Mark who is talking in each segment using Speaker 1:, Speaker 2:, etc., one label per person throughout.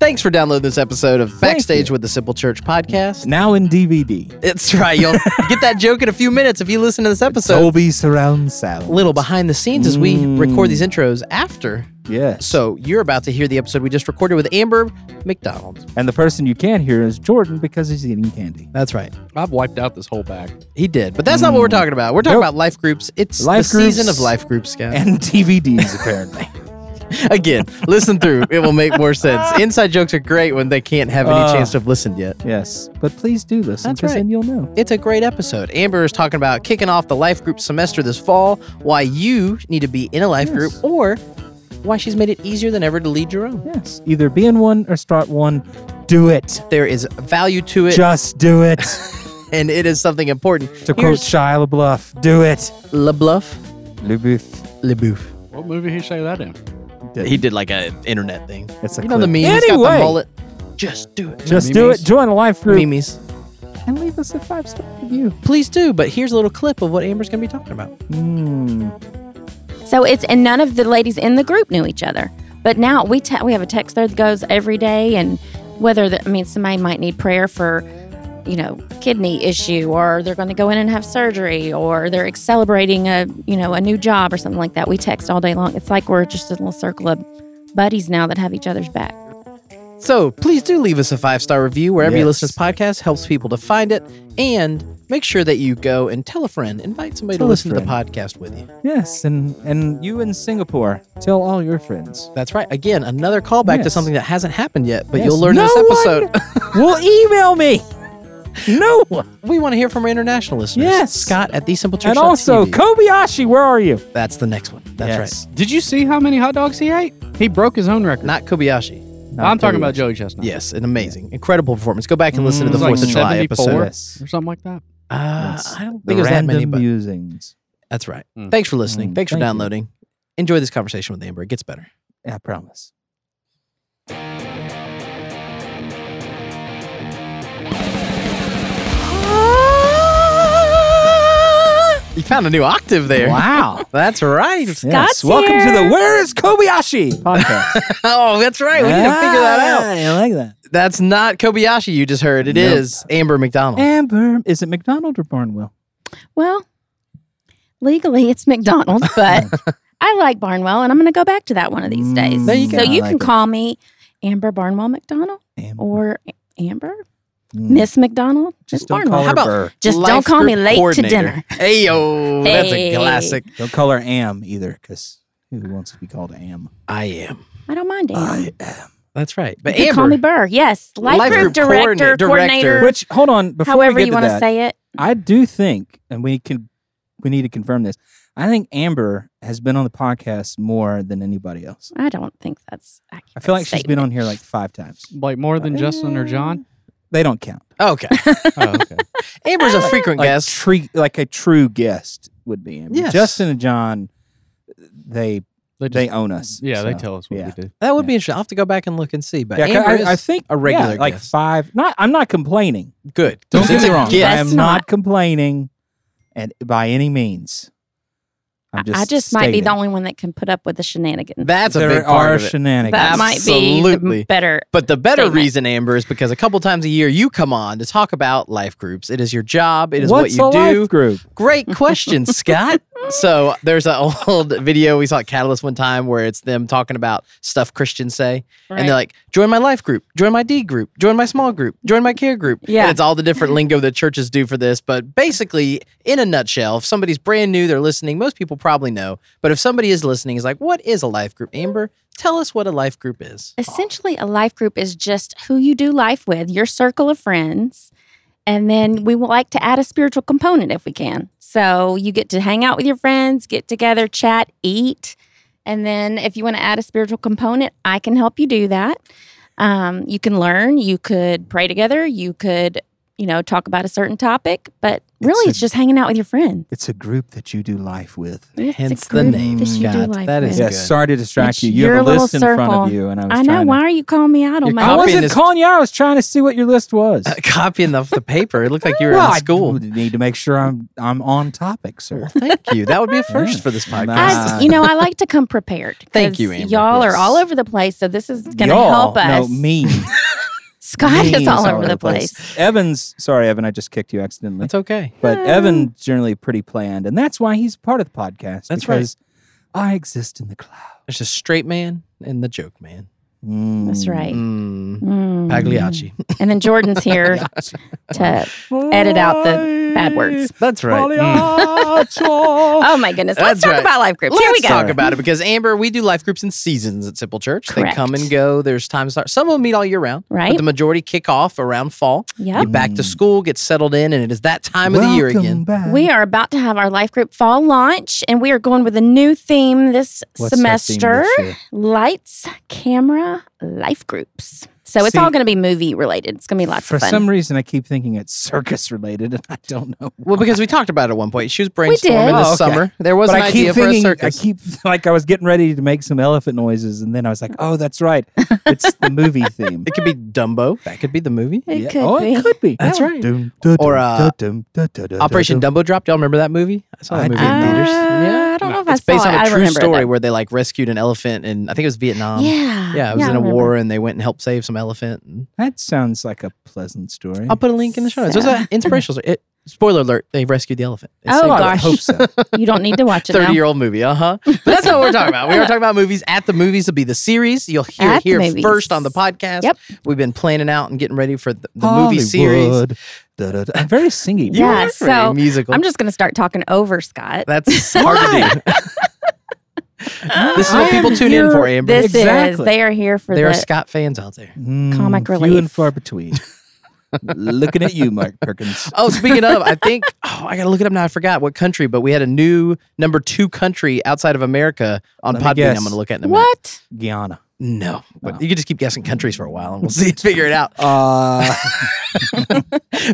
Speaker 1: Thanks for downloading this episode of Backstage with the Simple Church podcast.
Speaker 2: Now in DVD.
Speaker 1: It's right. You'll get that joke in a few minutes if you listen to this episode.
Speaker 2: Dolby surround sound.
Speaker 1: A little behind the scenes as we
Speaker 2: Mm.
Speaker 1: record these intros after.
Speaker 2: Yes.
Speaker 1: So you're about to hear the episode we just recorded with Amber McDonald.
Speaker 2: And the person you can't hear is Jordan because he's eating candy.
Speaker 1: That's right.
Speaker 3: I've wiped out this whole bag.
Speaker 1: He did. But that's not what we're talking about. We're talking
Speaker 2: Mm. Nope.
Speaker 1: about life groups. It's
Speaker 2: Life
Speaker 1: the
Speaker 2: groups
Speaker 1: season of life groups, Scott.
Speaker 2: And DVDs, apparently.
Speaker 1: Again, listen through. It will make more sense. Inside jokes are great when they can't have any
Speaker 2: Uh.
Speaker 1: chance to have listened yet.
Speaker 2: yes. But please do listen
Speaker 1: That's
Speaker 2: because
Speaker 1: right.
Speaker 2: then you'll know.
Speaker 1: It's a great episode. Amber is talking about kicking off the life group semester this fall, why you need to be in a life group, or why she's made it easier than ever to lead your own.
Speaker 2: Yes. Either be in one or start one. Do it.
Speaker 1: There is value to it,
Speaker 2: Just do it.
Speaker 1: and it is something important.
Speaker 2: to quote Shia LaBeouf, do it.
Speaker 1: LeBluff,
Speaker 2: LaBeouf.
Speaker 1: LeBouf.
Speaker 3: What movie he say that in?
Speaker 1: He did like an internet thing.
Speaker 2: It's a
Speaker 1: You know the
Speaker 2: clip.
Speaker 1: meme. He's got the
Speaker 2: Anyway.
Speaker 1: mullet. Just do it.
Speaker 2: Just do
Speaker 3: Memes.
Speaker 2: it. Join a life group
Speaker 1: Memes.
Speaker 2: and leave us a five star review.
Speaker 1: Please do, but here's a little clip of what Amber's going to be talking about.
Speaker 2: Mm.
Speaker 4: So it's and none of the ladies in the group knew each other. But now we te- we have a text thread that goes every day, and whether the, I mean somebody might need prayer for, you know, kidney issue, or they're going to go in and have surgery, or they're ex- celebrating a you know a new job or something like that. We text all day long. It's like we're just a little circle of buddies now that have each other's back.
Speaker 1: So please do leave us a five star review wherever you
Speaker 2: Yes.
Speaker 1: listen to this podcast, helps people to find it, and make sure that you go and tell a friend, invite somebody
Speaker 2: Tell
Speaker 1: to
Speaker 2: a
Speaker 1: listen to the
Speaker 2: friend.
Speaker 1: podcast with you.
Speaker 2: Yes. And, and you in Singapore, tell all your friends.
Speaker 1: That's right. Again, another callback to
Speaker 2: Yes.
Speaker 1: something that hasn't happened yet, but
Speaker 2: Yes,
Speaker 1: you'll learn in
Speaker 2: no
Speaker 1: this episode.
Speaker 2: Well, email me. No one.
Speaker 1: we want to hear from our international listeners.
Speaker 2: Yes.
Speaker 1: Scott at the Simple Church.
Speaker 2: And also, Kobayashi, where are you?
Speaker 1: that's the next one. That's
Speaker 2: Yes.
Speaker 3: Did you see how many hot dogs he ate? He broke his own record.
Speaker 1: right. Not Kobayashi.
Speaker 3: I'm talking
Speaker 2: Kobayashi.
Speaker 3: about Joey Chestnut.
Speaker 1: Yes, an amazing, incredible performance. Go back and listen
Speaker 2: Mm,
Speaker 1: to the
Speaker 2: it
Speaker 1: Fourth
Speaker 2: was like
Speaker 1: of July
Speaker 3: 74.
Speaker 1: episode.
Speaker 2: Yes.
Speaker 3: Or something like that.
Speaker 1: Uh,
Speaker 2: Yes.
Speaker 1: I don't
Speaker 2: The
Speaker 1: think it was that many,
Speaker 2: random
Speaker 1: but
Speaker 2: musings.
Speaker 1: that's right.
Speaker 3: Mm.
Speaker 1: Thanks for listening.
Speaker 2: Mm,
Speaker 1: Thanks for
Speaker 2: thank you.
Speaker 1: downloading. Enjoy this conversation with Amber. It gets better.
Speaker 2: I promise.
Speaker 1: You found a new octave there.
Speaker 2: Wow.
Speaker 1: That's right.
Speaker 4: Scott's
Speaker 2: Welcome to
Speaker 4: here.
Speaker 2: the Where is Kobayashi podcast.
Speaker 1: Oh, that's right. We need to figure that out.
Speaker 2: Ah, I like that.
Speaker 1: That's not Kobayashi you just heard. It is
Speaker 2: Nope.
Speaker 1: Amber McDonald.
Speaker 2: Amber, is it McDonald or Barnwell?
Speaker 4: Well, legally it's McDonald's, but I like Barnwell, and I'm going to go back to that one of these days.
Speaker 2: Mm. There you go.
Speaker 4: So
Speaker 2: I
Speaker 4: you
Speaker 2: like
Speaker 4: can
Speaker 2: it.
Speaker 4: call me Amber Barnwell McDonald.
Speaker 2: Amber.
Speaker 4: or A- Amber,
Speaker 2: Mm.
Speaker 4: Miss McDonald,
Speaker 2: Just
Speaker 4: just
Speaker 2: don't call
Speaker 4: Barnwell.
Speaker 2: her
Speaker 1: How about-
Speaker 2: Burr.
Speaker 4: Just
Speaker 1: Life
Speaker 4: don't call me
Speaker 1: group
Speaker 4: late to
Speaker 1: coordinator.
Speaker 4: dinner.
Speaker 1: Ayo, that's a
Speaker 4: Hey.
Speaker 1: classic.
Speaker 2: Don't call her Am either, because who wants to be called Am?
Speaker 1: I am.
Speaker 4: I don't mind Amber.
Speaker 2: am.
Speaker 1: That's right. But
Speaker 4: You
Speaker 1: Amber,
Speaker 4: call me Burr. Yes, life,
Speaker 1: Life group
Speaker 4: group,
Speaker 1: coordinate-
Speaker 4: director,
Speaker 1: director.
Speaker 4: coordinator,
Speaker 2: Which, hold on, before
Speaker 4: however
Speaker 2: we get
Speaker 4: you
Speaker 2: to
Speaker 4: want to
Speaker 2: that,
Speaker 4: say it.
Speaker 2: I do think, and we can, we need to confirm this. I think Amber has been on the podcast more than anybody else.
Speaker 4: I don't think that's. Accurate
Speaker 2: I feel like she's been
Speaker 4: statement.
Speaker 2: on here like five times.
Speaker 3: Like more than Justin or John?
Speaker 2: They don't count.
Speaker 1: okay.
Speaker 2: Uh,
Speaker 3: Oh, okay.
Speaker 1: Amber's a frequent
Speaker 2: Like,
Speaker 1: guest.
Speaker 2: tre- like a true guest would be Amber.
Speaker 1: Yes.
Speaker 2: Justin and John, they
Speaker 3: They
Speaker 2: they
Speaker 3: just,
Speaker 2: own us.
Speaker 3: yeah, they
Speaker 2: so,
Speaker 3: tell us what
Speaker 2: yeah.
Speaker 3: we do.
Speaker 1: That would
Speaker 2: Yeah.
Speaker 1: be interesting. I'll have to go back and look and see. But
Speaker 2: Yeah, 'cause
Speaker 1: Amber is
Speaker 2: I, I think
Speaker 1: a regular
Speaker 2: yeah, like
Speaker 1: guest.
Speaker 2: five. Not, I'm not complaining.
Speaker 1: good.
Speaker 2: Don't get
Speaker 1: It's
Speaker 2: me
Speaker 1: a
Speaker 2: wrong.
Speaker 1: gift.
Speaker 2: I
Speaker 4: That's
Speaker 2: am not complaining, and by any means,
Speaker 4: I-
Speaker 2: I'm just.
Speaker 4: I just might be the
Speaker 2: stating.
Speaker 4: only one that can put up with the shenanigans.
Speaker 1: That's a
Speaker 2: there
Speaker 1: big
Speaker 2: are
Speaker 1: part of it.
Speaker 2: shenanigans.
Speaker 4: that might be
Speaker 1: Absolutely.
Speaker 4: the better.
Speaker 1: But the better
Speaker 4: statement.
Speaker 1: reason, Amber, is because a couple times a year you come on to talk about life groups. It is your job. It is
Speaker 2: What's
Speaker 1: what you
Speaker 2: a
Speaker 1: do.
Speaker 2: life group?
Speaker 1: Great question, Scott. So there's an old video we saw at Catalyst one time where it's them talking about stuff Christians say. And they're
Speaker 4: Right.
Speaker 1: like, join my life group, join my D group, join my small group, join my care group.
Speaker 4: Yeah.
Speaker 1: And it's all the different lingo that churches do for this. But basically, in a nutshell, if somebody's brand new, they're listening, most people probably know. But if somebody is listening, is like, what is a life group? Amber, tell us what a life group is.
Speaker 4: Essentially, a life group is just who you do life with, your circle of friends. And then we would like to add a spiritual component if we can. So you get to hang out with your friends, get together, chat, eat. And then if you want to add a spiritual component, I can help you do that. Um, you can learn, you could pray together, you could you know, talk about a certain topic, but really
Speaker 2: a-
Speaker 4: it's just hanging out with your friend.
Speaker 2: It's a group that you do life with.
Speaker 4: It's a
Speaker 1: Hence the
Speaker 4: group
Speaker 1: name,
Speaker 4: that you do
Speaker 1: Scott.
Speaker 4: like
Speaker 1: That is
Speaker 4: with.
Speaker 1: Yeah.
Speaker 2: Yes,
Speaker 1: good.
Speaker 2: sorry to distract
Speaker 4: It's
Speaker 2: you. You
Speaker 4: your
Speaker 2: have a
Speaker 4: little
Speaker 2: list in front
Speaker 4: circle.
Speaker 2: of you, and I was
Speaker 4: I know.
Speaker 2: trying
Speaker 4: Why are you calling me out
Speaker 1: You're
Speaker 4: on my
Speaker 2: I
Speaker 1: Copying
Speaker 2: wasn't
Speaker 1: is-
Speaker 2: calling you out. I was trying to see what your list was.
Speaker 1: Copying the, the paper. It looked like you were
Speaker 2: Well,
Speaker 1: in school.
Speaker 2: I d- need to make sure I'm I'm on topic,
Speaker 1: Well,
Speaker 2: sir.
Speaker 1: thank you. That would be a first
Speaker 2: Yeah.
Speaker 1: for this podcast.
Speaker 4: I,
Speaker 2: Ah.
Speaker 4: you know, I like to come prepared.
Speaker 1: Thank
Speaker 4: 'cause
Speaker 1: you, Amber.
Speaker 4: Y'all
Speaker 1: Yes.
Speaker 4: are all over the place, so this is going to
Speaker 2: Y'all,
Speaker 4: help us.
Speaker 2: No, me.
Speaker 4: Scott
Speaker 2: Me
Speaker 4: is all over the place.
Speaker 2: Evans, sorry, Evan, I just kicked you accidentally.
Speaker 1: That's okay.
Speaker 2: But
Speaker 4: Ah.
Speaker 2: Evan generally pretty planned, and that's why he's part of the podcast.
Speaker 1: That's right.
Speaker 2: because I exist in the cloud.
Speaker 1: There's a straight man and the joke man.
Speaker 4: That's
Speaker 2: Mm.
Speaker 4: right.
Speaker 1: Mm.
Speaker 4: Mm.
Speaker 1: Pagliacci.
Speaker 4: And then Jordan's here to. Edit out the bad words.
Speaker 1: That's right.
Speaker 2: Mm. Pagliaccio.
Speaker 4: Oh my goodness! Let's
Speaker 1: That's
Speaker 4: talk
Speaker 1: right.
Speaker 4: about life groups.
Speaker 1: Let's
Speaker 4: Here we go.
Speaker 1: talk about it because Amber, we do life groups in seasons at Simple Church. They
Speaker 4: Correct.
Speaker 1: come and go. There's times some of them meet all year round, but
Speaker 4: Right?
Speaker 1: the majority kick off around fall.
Speaker 4: Yep.
Speaker 1: Get back to
Speaker 2: Mm.
Speaker 1: school, get settled in, and it is that time of the year
Speaker 2: Welcome
Speaker 1: again.
Speaker 2: back.
Speaker 4: We are about to have our life group fall launch, and we are going with a new theme this
Speaker 2: What's our theme
Speaker 4: semester:
Speaker 2: this year?
Speaker 4: lights, camera, life groups. So it's
Speaker 2: See-
Speaker 4: all going to be movie related. It's going to be lots
Speaker 2: For
Speaker 4: of fun.
Speaker 2: some reason, I keep thinking it's circus related, and I don't know.
Speaker 1: Well, because we talked about it at one point. She was brainstorming this
Speaker 4: did.
Speaker 2: Oh, okay.
Speaker 1: summer. There was
Speaker 2: but
Speaker 1: an
Speaker 2: I keep
Speaker 1: idea
Speaker 2: thinking,
Speaker 1: for a
Speaker 2: I
Speaker 1: circus.
Speaker 2: keep like I was getting ready to make some elephant noises, and then I was like, "Oh, that's right, it's the movie theme."
Speaker 1: it could be Dumbo. That could be the movie.
Speaker 4: it
Speaker 2: Yeah.
Speaker 4: could
Speaker 2: oh,
Speaker 4: be.
Speaker 2: it could be.
Speaker 1: That's
Speaker 2: Yeah.
Speaker 1: right.
Speaker 2: Dum, dum,
Speaker 1: Or,
Speaker 2: dum,
Speaker 1: uh,
Speaker 2: dum, dum, dum, dum,
Speaker 1: Operation
Speaker 2: dum.
Speaker 1: Dumbo Drop. Y'all remember that movie? I saw that
Speaker 2: I
Speaker 1: movie
Speaker 2: did.
Speaker 1: in theaters.
Speaker 4: Uh, I don't know if I
Speaker 1: it's based
Speaker 4: saw it.
Speaker 1: on
Speaker 4: I
Speaker 1: a true
Speaker 4: remember it,
Speaker 1: story
Speaker 4: though.
Speaker 1: where they like rescued an elephant, and I think it was Vietnam.
Speaker 4: yeah.
Speaker 1: Um, Yeah, it was
Speaker 4: I
Speaker 1: in a
Speaker 4: remember.
Speaker 1: war, and they went and helped save some elephant. And
Speaker 2: That sounds like a pleasant story.
Speaker 1: I'll put a link in the show notes. It was an inspirational. story. It, spoiler alert: they rescued the elephant. It
Speaker 4: Oh,
Speaker 1: saved
Speaker 2: I would
Speaker 1: the
Speaker 4: gosh.
Speaker 2: hope so.
Speaker 4: You don't need to watch it now.
Speaker 1: Thirty-year-old movie, uh huh. But that's not what we're talking about. We are talking about movies at the movies. Will be the series you'll hear it
Speaker 4: At the
Speaker 1: here
Speaker 4: movies.
Speaker 1: first on the podcast.
Speaker 4: Yep.
Speaker 1: we've been planning out and getting ready for the, the movie series.
Speaker 2: Hollywood. Da, da, da. I'm very singy.
Speaker 1: You
Speaker 4: Yeah,
Speaker 1: are very
Speaker 4: so
Speaker 1: musical.
Speaker 4: I'm just going to start talking over Scott.
Speaker 1: that's hard to do. this is
Speaker 2: I
Speaker 1: what
Speaker 2: am
Speaker 1: people tune in
Speaker 2: here-
Speaker 1: for, Amber.
Speaker 4: This is
Speaker 2: Exactly.
Speaker 4: they are here for
Speaker 1: there are
Speaker 4: the
Speaker 1: Scott fans out there.
Speaker 2: Mm,
Speaker 4: Comic
Speaker 2: Few
Speaker 4: relief.
Speaker 2: and far between. Looking at you, Mark Perkins.
Speaker 1: Oh, speaking of, I think oh, I gotta look it up now. I forgot what country, but we had a new number two country outside of America on
Speaker 2: Let me
Speaker 1: Podbean.
Speaker 2: guess.
Speaker 1: I'm gonna look at in a minute.
Speaker 4: what?
Speaker 2: Guyana.
Speaker 1: No, but
Speaker 2: Oh.
Speaker 1: you can just keep guessing countries for a while, and we'll see figure it out.
Speaker 2: Uh,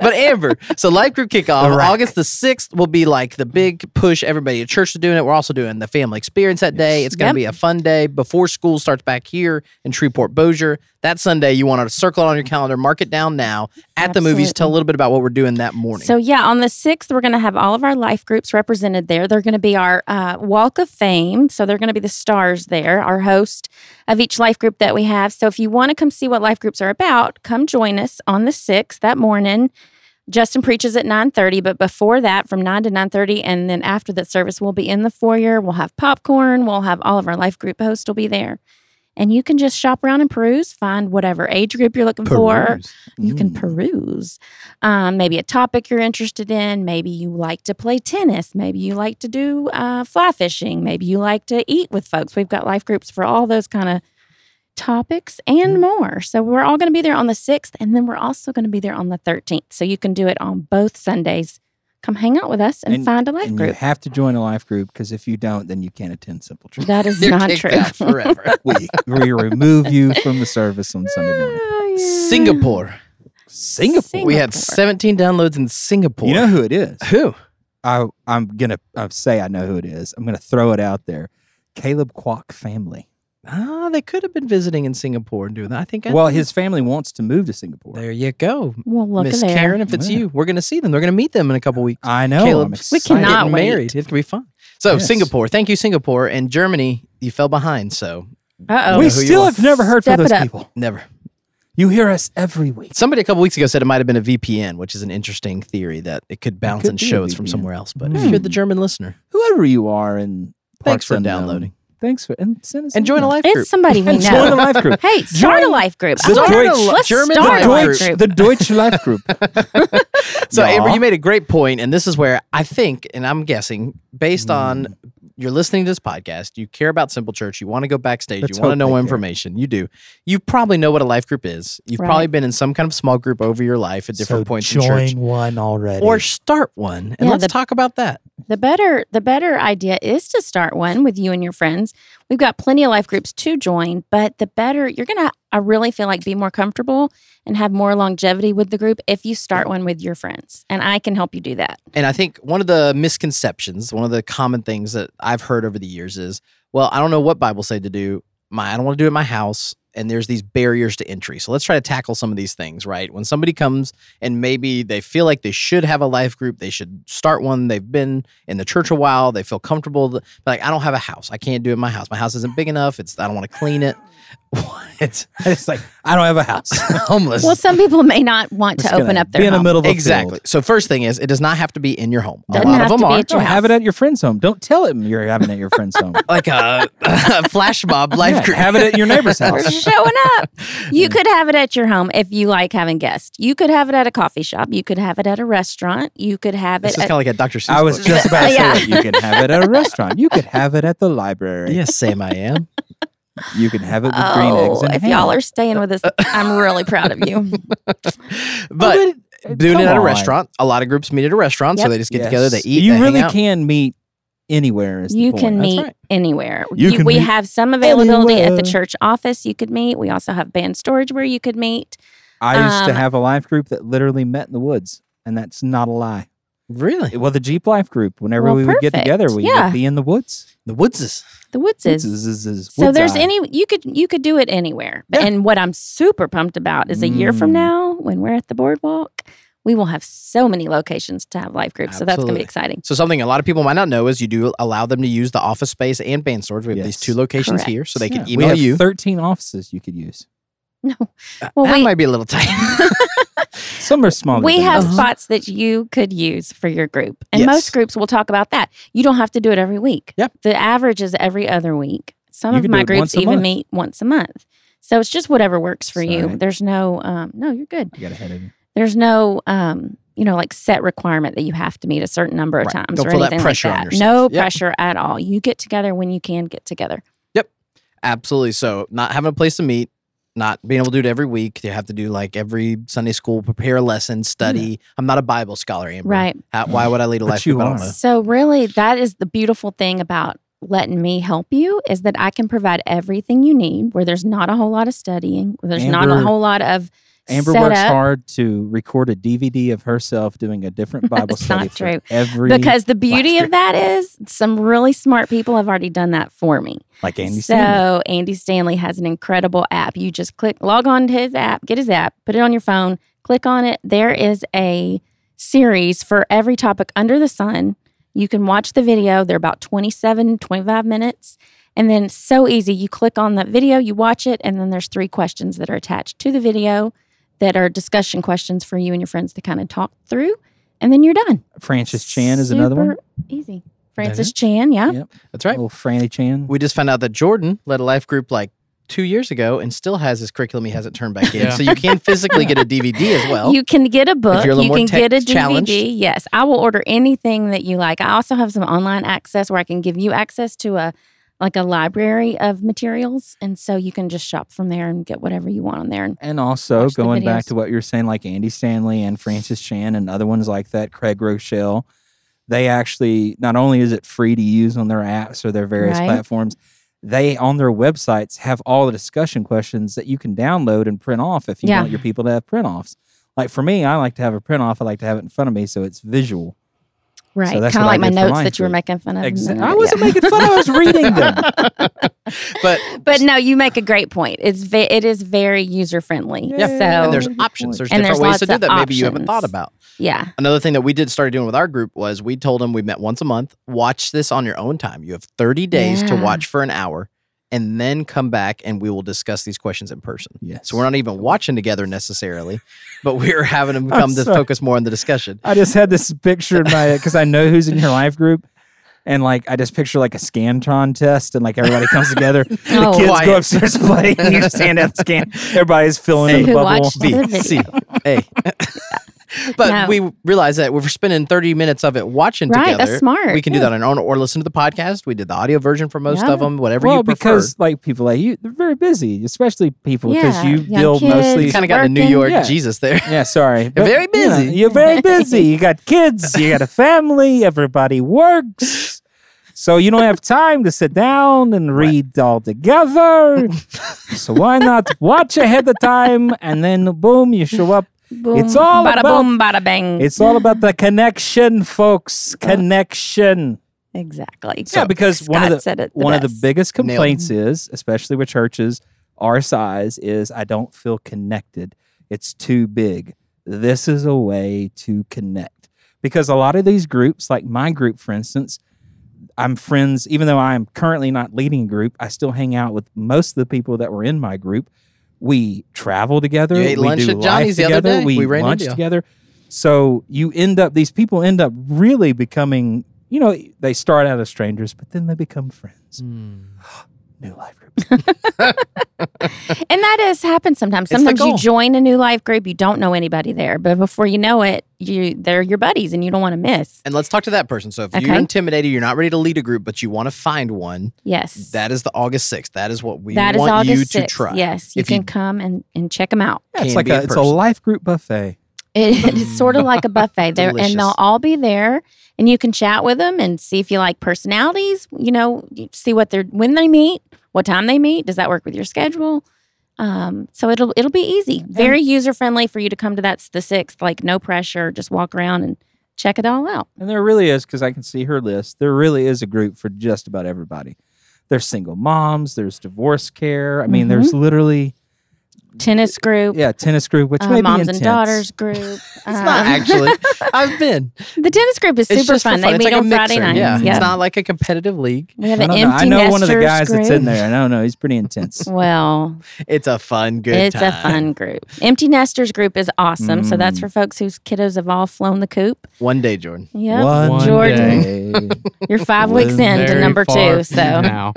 Speaker 1: But Amber, so life group kickoff
Speaker 2: Iraq.
Speaker 1: August the sixth will be like the big push. Everybody at church is doing it. We're also doing the family experience that day. It's gonna
Speaker 4: Yep.
Speaker 1: be a fun day before school starts back here in Shreveport Bossier. That Sunday, you want to circle it on your calendar, mark it down now at the movies.
Speaker 4: Absolutely.
Speaker 1: Tell a little bit about what we're doing that morning.
Speaker 4: So yeah, on the sixth, we're going to have all of our life groups represented there. They're going to be our uh, Walk of Fame, so they're going to be the stars there. Our host of each life group that we have. So if you want to come see what life groups are about, come join us on the sixth that morning. Justin preaches at 9:30, but before that from 9 to 9:30 and then after that service we'll be in the foyer, we'll have popcorn, we'll have all of our life group hosts will be there. And you can just shop around and peruse, find whatever age group you're looking for
Speaker 3: Peruse.
Speaker 4: you can
Speaker 2: Mm.
Speaker 4: peruse um, maybe a topic you're interested in maybe you like to play tennis maybe you like to do uh, fly fishing maybe you like to eat with folks we've got life groups for all those kind of topics and
Speaker 2: Mm.
Speaker 4: more so we're all going to be there on the 6th and then we're also going to be there on the 13th so you can do it on both sundays come hang out with us and,
Speaker 2: And-
Speaker 4: find a life
Speaker 2: and you
Speaker 4: group
Speaker 2: have to join a life group because if you don't, then you can't attend Simple Church.
Speaker 4: that is
Speaker 1: They're
Speaker 4: not
Speaker 1: kicked
Speaker 4: true
Speaker 1: out forever.
Speaker 2: we, we remove you from the service on Sunday morning.
Speaker 4: Oh, yeah.
Speaker 1: Singapore.
Speaker 4: Singapore.
Speaker 1: We had 17 downloads in Singapore.
Speaker 2: You know who it is?
Speaker 1: who?
Speaker 2: I, I'm gonna I say I know who it is. I'm gonna throw it out there. Caleb Kwok family.
Speaker 1: Ah, they could have been visiting in Singapore and doing that. I think. I
Speaker 2: Well,
Speaker 1: know.
Speaker 2: his family wants to move to Singapore.
Speaker 1: There you go,
Speaker 4: well look
Speaker 1: Miss
Speaker 4: there
Speaker 1: Karen. If it's
Speaker 2: Yeah.
Speaker 1: you, we're going to see them. They're going to meet them in a couple weeks.
Speaker 2: I know. I'm
Speaker 1: Caleb's-
Speaker 4: We
Speaker 2: excited.
Speaker 4: cannot
Speaker 1: Getting
Speaker 4: wait.
Speaker 1: married. It's going to be fun. So
Speaker 2: Yes.
Speaker 1: Singapore, thank you, Singapore, and Germany. You fell behind, so
Speaker 4: uh-oh
Speaker 1: know
Speaker 2: We
Speaker 1: who you
Speaker 2: still
Speaker 1: are.
Speaker 2: have never heard
Speaker 4: Step
Speaker 2: from
Speaker 4: it
Speaker 2: those
Speaker 4: up.
Speaker 2: people.
Speaker 1: never.
Speaker 2: You hear us every week.
Speaker 1: Somebody a couple weeks ago said it might have been a VPN, which is an interesting theory that it could bounce
Speaker 2: could
Speaker 1: and
Speaker 2: be a
Speaker 1: show it's from
Speaker 2: VPN.
Speaker 1: somewhere else. But if
Speaker 2: Hmm.
Speaker 1: you're the German listener,
Speaker 2: Whoever you are and
Speaker 1: Thanks for downloading. Thanks for
Speaker 2: and send us
Speaker 1: and join a
Speaker 2: email.
Speaker 1: life group.
Speaker 4: Hmm. it's somebody we know
Speaker 2: Join a life group.
Speaker 4: Hey, start a
Speaker 2: Join
Speaker 4: life group.
Speaker 2: the
Speaker 4: I wanna-
Speaker 2: Deutsch-
Speaker 4: let's
Speaker 1: German
Speaker 4: start
Speaker 1: life
Speaker 4: a life
Speaker 2: Deutsch,
Speaker 4: group.
Speaker 2: the Deutsche Life Group.
Speaker 1: So, Amber,
Speaker 2: Yeah.
Speaker 1: you made a great point, and this is where I think, and I'm guessing, based
Speaker 2: Hmm.
Speaker 1: on you're listening to this podcast, you care about Simple Church, you want to go backstage,
Speaker 2: Let's
Speaker 1: you want to
Speaker 2: hope
Speaker 1: know
Speaker 2: they
Speaker 1: information, you do. You probably know what a life group is. You've
Speaker 4: Right.
Speaker 1: probably been in some kind of small group over your life at different
Speaker 2: So
Speaker 1: points
Speaker 2: join
Speaker 1: in church,
Speaker 2: one already.
Speaker 1: or start one, and
Speaker 4: Yeah,
Speaker 1: let's
Speaker 4: the-
Speaker 1: talk about that.
Speaker 4: The better the better idea is to start one with you and your friends. We've got plenty of life groups to join, but the better you're going to, I really feel like, be more comfortable and have more longevity with the group if you start one with your friends. And I can help you do that.
Speaker 1: And I think one of the misconceptions, one of the common things that I've heard over the years is, well, I don't know what Bibles say to do. My I don't want to do it in my house. And there's these barriers to entry. So let's try to tackle some of these things, right? When somebody comes and maybe they feel like they should have a life group, they should start one. They've been in the church a while, they feel comfortable. but like, I don't have a house. I can't do it in my house. My house isn't big enough. It's I don't want to clean it. What?
Speaker 2: it's like I don't have a house.
Speaker 1: Homeless.
Speaker 4: Well, some people may not want
Speaker 2: Just
Speaker 4: to
Speaker 2: gonna
Speaker 4: open up their
Speaker 2: be in the
Speaker 4: home.
Speaker 2: middle of a
Speaker 1: exactly.
Speaker 2: Field.
Speaker 1: So first thing is, it does not have to be in your home.
Speaker 4: Doesn't
Speaker 1: a lot
Speaker 4: have
Speaker 1: of them
Speaker 4: to be
Speaker 1: are.
Speaker 4: at
Speaker 2: No,
Speaker 4: your
Speaker 2: have
Speaker 4: house.
Speaker 2: it at your friend's home. Don't tell him you're having it at your friend's home.
Speaker 1: like a, a flash mob life
Speaker 2: Yeah,
Speaker 1: group.
Speaker 2: have it at your neighbor's
Speaker 4: We're
Speaker 2: house.
Speaker 4: showing up. You could have it at your home if you like having guests. You could have it at a coffee shop. You could have it at a restaurant. You could have
Speaker 1: This is
Speaker 4: it
Speaker 1: kind
Speaker 4: at
Speaker 1: of like a Dr. Seuss.
Speaker 2: I was
Speaker 1: book.
Speaker 2: just about to say
Speaker 4: Yeah.
Speaker 2: that. you can have it at a restaurant. You could have it at the library.
Speaker 1: yes, Sam, I am.
Speaker 2: You can have it with green eggs
Speaker 4: Oh,
Speaker 2: and
Speaker 4: if
Speaker 2: ham.
Speaker 4: y'all are staying with us, I'm really proud of you.
Speaker 1: But
Speaker 2: But,
Speaker 1: doing
Speaker 2: come
Speaker 1: it at a
Speaker 2: on.
Speaker 1: restaurant, a lot of groups meet at a restaurant, so
Speaker 4: Yep.
Speaker 1: they just get
Speaker 2: Yes.
Speaker 1: together, they eat,
Speaker 2: You
Speaker 1: they
Speaker 2: really
Speaker 1: hang out.
Speaker 2: can meet anywhere. Is the
Speaker 4: You
Speaker 2: point.
Speaker 4: can
Speaker 2: That's
Speaker 4: meet
Speaker 2: right.
Speaker 4: anywhere.
Speaker 2: You
Speaker 4: You-
Speaker 2: can
Speaker 4: we
Speaker 2: meet
Speaker 4: have some availability at
Speaker 2: anywhere.
Speaker 4: the church office. You could meet. We also have band storage where you could meet.
Speaker 2: I used to
Speaker 4: Um,
Speaker 2: have a life group that literally met in the woods, and that's not a lie.
Speaker 1: Really,
Speaker 2: Well, the Jeep Life group. Whenever
Speaker 4: Well,
Speaker 2: we would get
Speaker 4: perfect.
Speaker 2: together, we
Speaker 4: Yeah.
Speaker 2: would be in the woods.
Speaker 1: the woods is
Speaker 4: The Woods
Speaker 2: Woods
Speaker 4: is.
Speaker 2: is- is- is-
Speaker 4: So
Speaker 2: woods
Speaker 4: there's
Speaker 2: eye.
Speaker 4: any you could you could do it anywhere.
Speaker 1: Yeah.
Speaker 4: And what I'm super pumped about is a year
Speaker 2: Mm.
Speaker 4: from now when we're at the boardwalk, we will have so many locations to have life groups. So that's going to
Speaker 1: Absolutely.
Speaker 4: be exciting.
Speaker 1: so something a lot of people might not know is you do allow them to use the office space and band storage. We have these
Speaker 2: Yes.
Speaker 1: two locations
Speaker 4: Correct.
Speaker 1: here, so they
Speaker 2: Yeah,
Speaker 1: can
Speaker 2: we
Speaker 1: email
Speaker 2: have
Speaker 1: you.
Speaker 2: Thirteen offices you could use.
Speaker 4: No.
Speaker 1: well,
Speaker 4: Well,
Speaker 1: that
Speaker 4: we-
Speaker 1: might be a little tight.
Speaker 2: Some are smaller.
Speaker 4: We
Speaker 2: than
Speaker 4: have
Speaker 2: others.
Speaker 4: spots that you could use for your group. And
Speaker 1: Yes.
Speaker 4: most groups will talk about that. You don't have to do it every week.
Speaker 1: Yep.
Speaker 4: The average is every other week. Some
Speaker 2: You
Speaker 4: of
Speaker 2: can do
Speaker 4: my
Speaker 2: it once
Speaker 4: groups
Speaker 2: a
Speaker 4: even
Speaker 2: month.
Speaker 4: meet once a month. So it's just whatever works for
Speaker 2: It's all
Speaker 4: you.
Speaker 2: right.
Speaker 4: There's no um no, you're good.
Speaker 2: I got ahead of you.
Speaker 4: There's no um you know, like set requirement that you have to meet a certain number of
Speaker 1: Right.
Speaker 4: times
Speaker 1: Don't
Speaker 4: or
Speaker 1: feel that
Speaker 4: anything
Speaker 1: pressure on
Speaker 4: like that. no
Speaker 1: yourself. Yep.
Speaker 4: pressure at all. You get together when you can get together.
Speaker 1: Absolutely. So not having a place to meet, not being able to do it every week. You have to do like every Sunday school, prepare a lesson, study. I'm not a Bible scholar, Amber.
Speaker 4: Right.
Speaker 1: How, why would I lead a
Speaker 2: But
Speaker 1: life
Speaker 2: you
Speaker 1: group? I don't
Speaker 2: are.
Speaker 1: know.
Speaker 4: So really that is the beautiful thing about letting me help you is that I can provide everything you need where there's not a whole lot of studying, where there's not
Speaker 2: Amber-
Speaker 4: a whole lot of
Speaker 2: Amber
Speaker 4: setup
Speaker 2: works hard to record a DVD of herself doing a different Bible
Speaker 4: That's
Speaker 2: study
Speaker 4: not
Speaker 2: for
Speaker 4: true.
Speaker 2: every
Speaker 4: because the beauty
Speaker 2: last
Speaker 4: of that is some really smart people have already done that for me.
Speaker 2: like Andy
Speaker 4: so
Speaker 2: Stanley.
Speaker 4: Andy Stanley has an incredible app. You just click log on to his app, get his app, put it on your phone, click on it. There is a series for every topic under the sun. You can watch the video. They're about 27, 25 minutes. And then it's so easy. You click on that video, you watch it, and then there's three questions that are attached to the video that are discussion questions for you and your friends to kind of talk through. And then you're done.
Speaker 2: Francis Chan is another one.
Speaker 4: Super Easy. Francis Chan, yeah.
Speaker 1: That's right.
Speaker 2: Little Franny Chan.
Speaker 1: We just found out that Jordan led a life group like two years ago and still has his curriculum he hasn't turned back in.
Speaker 3: Yeah.
Speaker 1: So you can physically get a DVD as well.
Speaker 4: you can get a book.
Speaker 1: you're a little
Speaker 4: you
Speaker 1: more
Speaker 4: can get a
Speaker 1: tech-
Speaker 4: DVD.
Speaker 1: challenged.
Speaker 4: Yes, I will order anything that you like. I also have some online access where I can give you access to a like a library of materials, and so you can just shop from there and get whatever you want on there. And
Speaker 2: and also
Speaker 4: watch the
Speaker 2: going back
Speaker 4: videos.
Speaker 2: to what you're saying, like Andy Stanley and Francis Chan and other ones like that, Craig Rochelle, they actually not only is it free to use on their apps or their various
Speaker 4: Right.
Speaker 2: platforms, they on their websites have all the discussion questions that you can download and print off if you
Speaker 4: Yeah.
Speaker 2: want your people to have print offs. Like for me, I like to have a print off. I like to have it in front of me so it's visual.
Speaker 4: right,
Speaker 2: that's
Speaker 4: kind
Speaker 2: what I
Speaker 4: of like my
Speaker 2: did for
Speaker 4: notes
Speaker 2: mine
Speaker 4: that you were
Speaker 2: too.
Speaker 4: making fun of. a
Speaker 2: Exa-
Speaker 4: minute
Speaker 2: I
Speaker 4: ago.
Speaker 2: wasn't making fun. I was reading them.
Speaker 1: but
Speaker 4: But no, you make a great point. It's ve- it is very user friendly.
Speaker 2: Yeah.
Speaker 4: So
Speaker 1: and there's
Speaker 2: Good
Speaker 1: options.
Speaker 2: point.
Speaker 1: There's
Speaker 4: Oh, And
Speaker 1: different ways
Speaker 4: there's
Speaker 1: to
Speaker 4: lots
Speaker 1: do
Speaker 4: of
Speaker 1: that maybe you haven't thought
Speaker 4: options.
Speaker 1: about.
Speaker 4: yeah,
Speaker 1: Another thing that we did started doing with our group was we told them we met once a month, watch this on your own time. You have 30 days to
Speaker 4: Yeah.
Speaker 1: watch for an hour and then come back and we will discuss these questions in person.
Speaker 2: yes.
Speaker 1: So we're not even watching together necessarily, but we're having them come to
Speaker 2: sorry.
Speaker 1: focus more on the discussion.
Speaker 2: I just had this picture in my because I know who's in your life group. And like I just picture like a scantron test, and like everybody comes together.
Speaker 4: Oh.
Speaker 2: the kids
Speaker 1: Quiet.
Speaker 2: go upstairs to play, and you just hand out the scan. Everybody's filling
Speaker 4: See
Speaker 2: in the
Speaker 4: who
Speaker 2: bubble.
Speaker 4: watched the video.
Speaker 1: See, hey. but
Speaker 4: No.
Speaker 1: we realized that if we're spending 30 minutes of it watching
Speaker 4: right.
Speaker 1: together.
Speaker 4: That's smart.
Speaker 1: We can do that on our own or listen to the podcast. We did the audio version for most
Speaker 4: Yeah.
Speaker 1: of them, whatever
Speaker 2: Well,
Speaker 1: you prefer.
Speaker 2: because like people like you, they're very busy, especially people because
Speaker 4: Yeah,
Speaker 2: you
Speaker 4: young
Speaker 2: deal mostly.
Speaker 4: kids.
Speaker 1: kind of got a New
Speaker 4: working.
Speaker 1: York
Speaker 2: Yeah.
Speaker 1: Jesus there.
Speaker 2: Yeah, sorry, but,
Speaker 1: very
Speaker 2: you know,
Speaker 1: busy.
Speaker 2: you're very busy. You got kids. You got a family. Everybody works. So you don't have time to sit down and read all together. so why not watch ahead of time and then boom, you show up.
Speaker 4: Boom,
Speaker 2: It's all
Speaker 4: bada
Speaker 2: about-
Speaker 4: boom, bada bang.
Speaker 2: It's all about the connection,
Speaker 1: Uh,
Speaker 2: folks. Connection.
Speaker 4: exactly.
Speaker 2: yeah, because one of
Speaker 4: Scott
Speaker 2: the
Speaker 4: said it the
Speaker 2: one of the
Speaker 4: best.
Speaker 2: biggest
Speaker 1: Nailed it.
Speaker 2: complaints is, especially with churches our size, is I don't feel connected. It's too big. This is a way to connect because a lot of these groups, like my group, for instance, I'm friends. Even though I'm currently not leading a group, I still hang out with most of the people that were in my group. We travel together.
Speaker 1: You ate
Speaker 2: we
Speaker 1: lunch
Speaker 2: do
Speaker 1: at
Speaker 2: life
Speaker 1: Johnny's the other
Speaker 2: together.
Speaker 1: day.
Speaker 2: We,
Speaker 1: We ran
Speaker 2: lunch
Speaker 1: into you.
Speaker 2: together. So you end up these people end up really becoming. You know, they start out as strangers, but then they become friends.
Speaker 1: Hmm.
Speaker 2: New life groups.
Speaker 4: And that has happened sometimes.
Speaker 1: It's the
Speaker 4: Sometimes you
Speaker 1: goal.
Speaker 4: join a new life group, you don't know anybody there, but before you know it, you they're your buddies and you don't want to miss.
Speaker 1: And let's talk to that person. So if you're
Speaker 4: Okay.
Speaker 1: intimidated, you're not ready to lead a group, but you want to find one,
Speaker 4: Yes.
Speaker 1: that is the August 6th. That is what we
Speaker 4: that is
Speaker 1: want
Speaker 4: August
Speaker 1: you to
Speaker 4: 6th.
Speaker 1: try.
Speaker 4: Yes, you
Speaker 1: If you-
Speaker 4: can come and, and check them out.
Speaker 2: Yeah, it's
Speaker 1: Can
Speaker 2: like
Speaker 1: be
Speaker 2: a,
Speaker 1: in
Speaker 2: it's a
Speaker 1: person.
Speaker 2: life group buffet.
Speaker 4: It is sort of like a buffet there,
Speaker 1: Delicious.
Speaker 4: and they'll all be there, and you can chat with them and see if you like personalities. You know, you see what they're when they meet, what time they meet. Does that work with your schedule? Um, so it'll it'll be easy, very user friendly for you to come to. That's the sixth, like no pressure. Just walk around and check it all out.
Speaker 2: And there really is, because I can see her list, there really is a group for just about everybody. There's single moms, there's divorce care. I mean, there's literally,
Speaker 4: Tennis group,
Speaker 2: yeah, tennis group, which
Speaker 4: uh,
Speaker 2: may be
Speaker 4: moms and
Speaker 2: intense.
Speaker 4: daughters group. it's
Speaker 1: It's not actually. I've been.
Speaker 4: the tennis group
Speaker 1: It's
Speaker 4: is Uh-huh. super
Speaker 1: just for
Speaker 4: fun. They
Speaker 1: It's
Speaker 4: meet
Speaker 1: like
Speaker 4: on
Speaker 1: a
Speaker 4: Friday
Speaker 1: mixer.
Speaker 4: nights.
Speaker 1: Yeah.
Speaker 4: Yeah.
Speaker 1: It's not like a competitive league.
Speaker 4: we have
Speaker 2: I,
Speaker 4: an
Speaker 2: don't
Speaker 4: empty
Speaker 2: know. I know one of the
Speaker 4: nesters
Speaker 2: guys that's in
Speaker 4: group.
Speaker 2: there. and I don't know. He's pretty intense.
Speaker 4: Well,
Speaker 1: It's a fun, good
Speaker 4: it's
Speaker 1: time.
Speaker 4: a fun group. Empty Nesters group is awesome. So that's
Speaker 2: Mm.
Speaker 4: for folks whose kiddos have all flown the coop.
Speaker 1: One day, Jordan.
Speaker 4: Yeah.
Speaker 2: One
Speaker 3: One
Speaker 4: Jordan.
Speaker 2: day.
Speaker 4: You're five weeks
Speaker 2: Very
Speaker 4: in to number
Speaker 3: far
Speaker 4: two.
Speaker 3: from
Speaker 4: So
Speaker 3: now.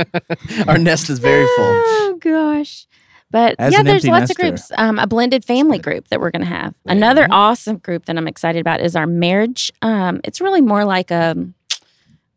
Speaker 1: Our nest is very full.
Speaker 4: Oh gosh. But
Speaker 2: As
Speaker 4: yeah,
Speaker 2: an
Speaker 4: there's
Speaker 2: empty
Speaker 4: lots
Speaker 2: nester.
Speaker 4: of groups. Um, a blended family group that we're going to have. Another awesome group that I'm excited about is our marriage. Um, it's really more like a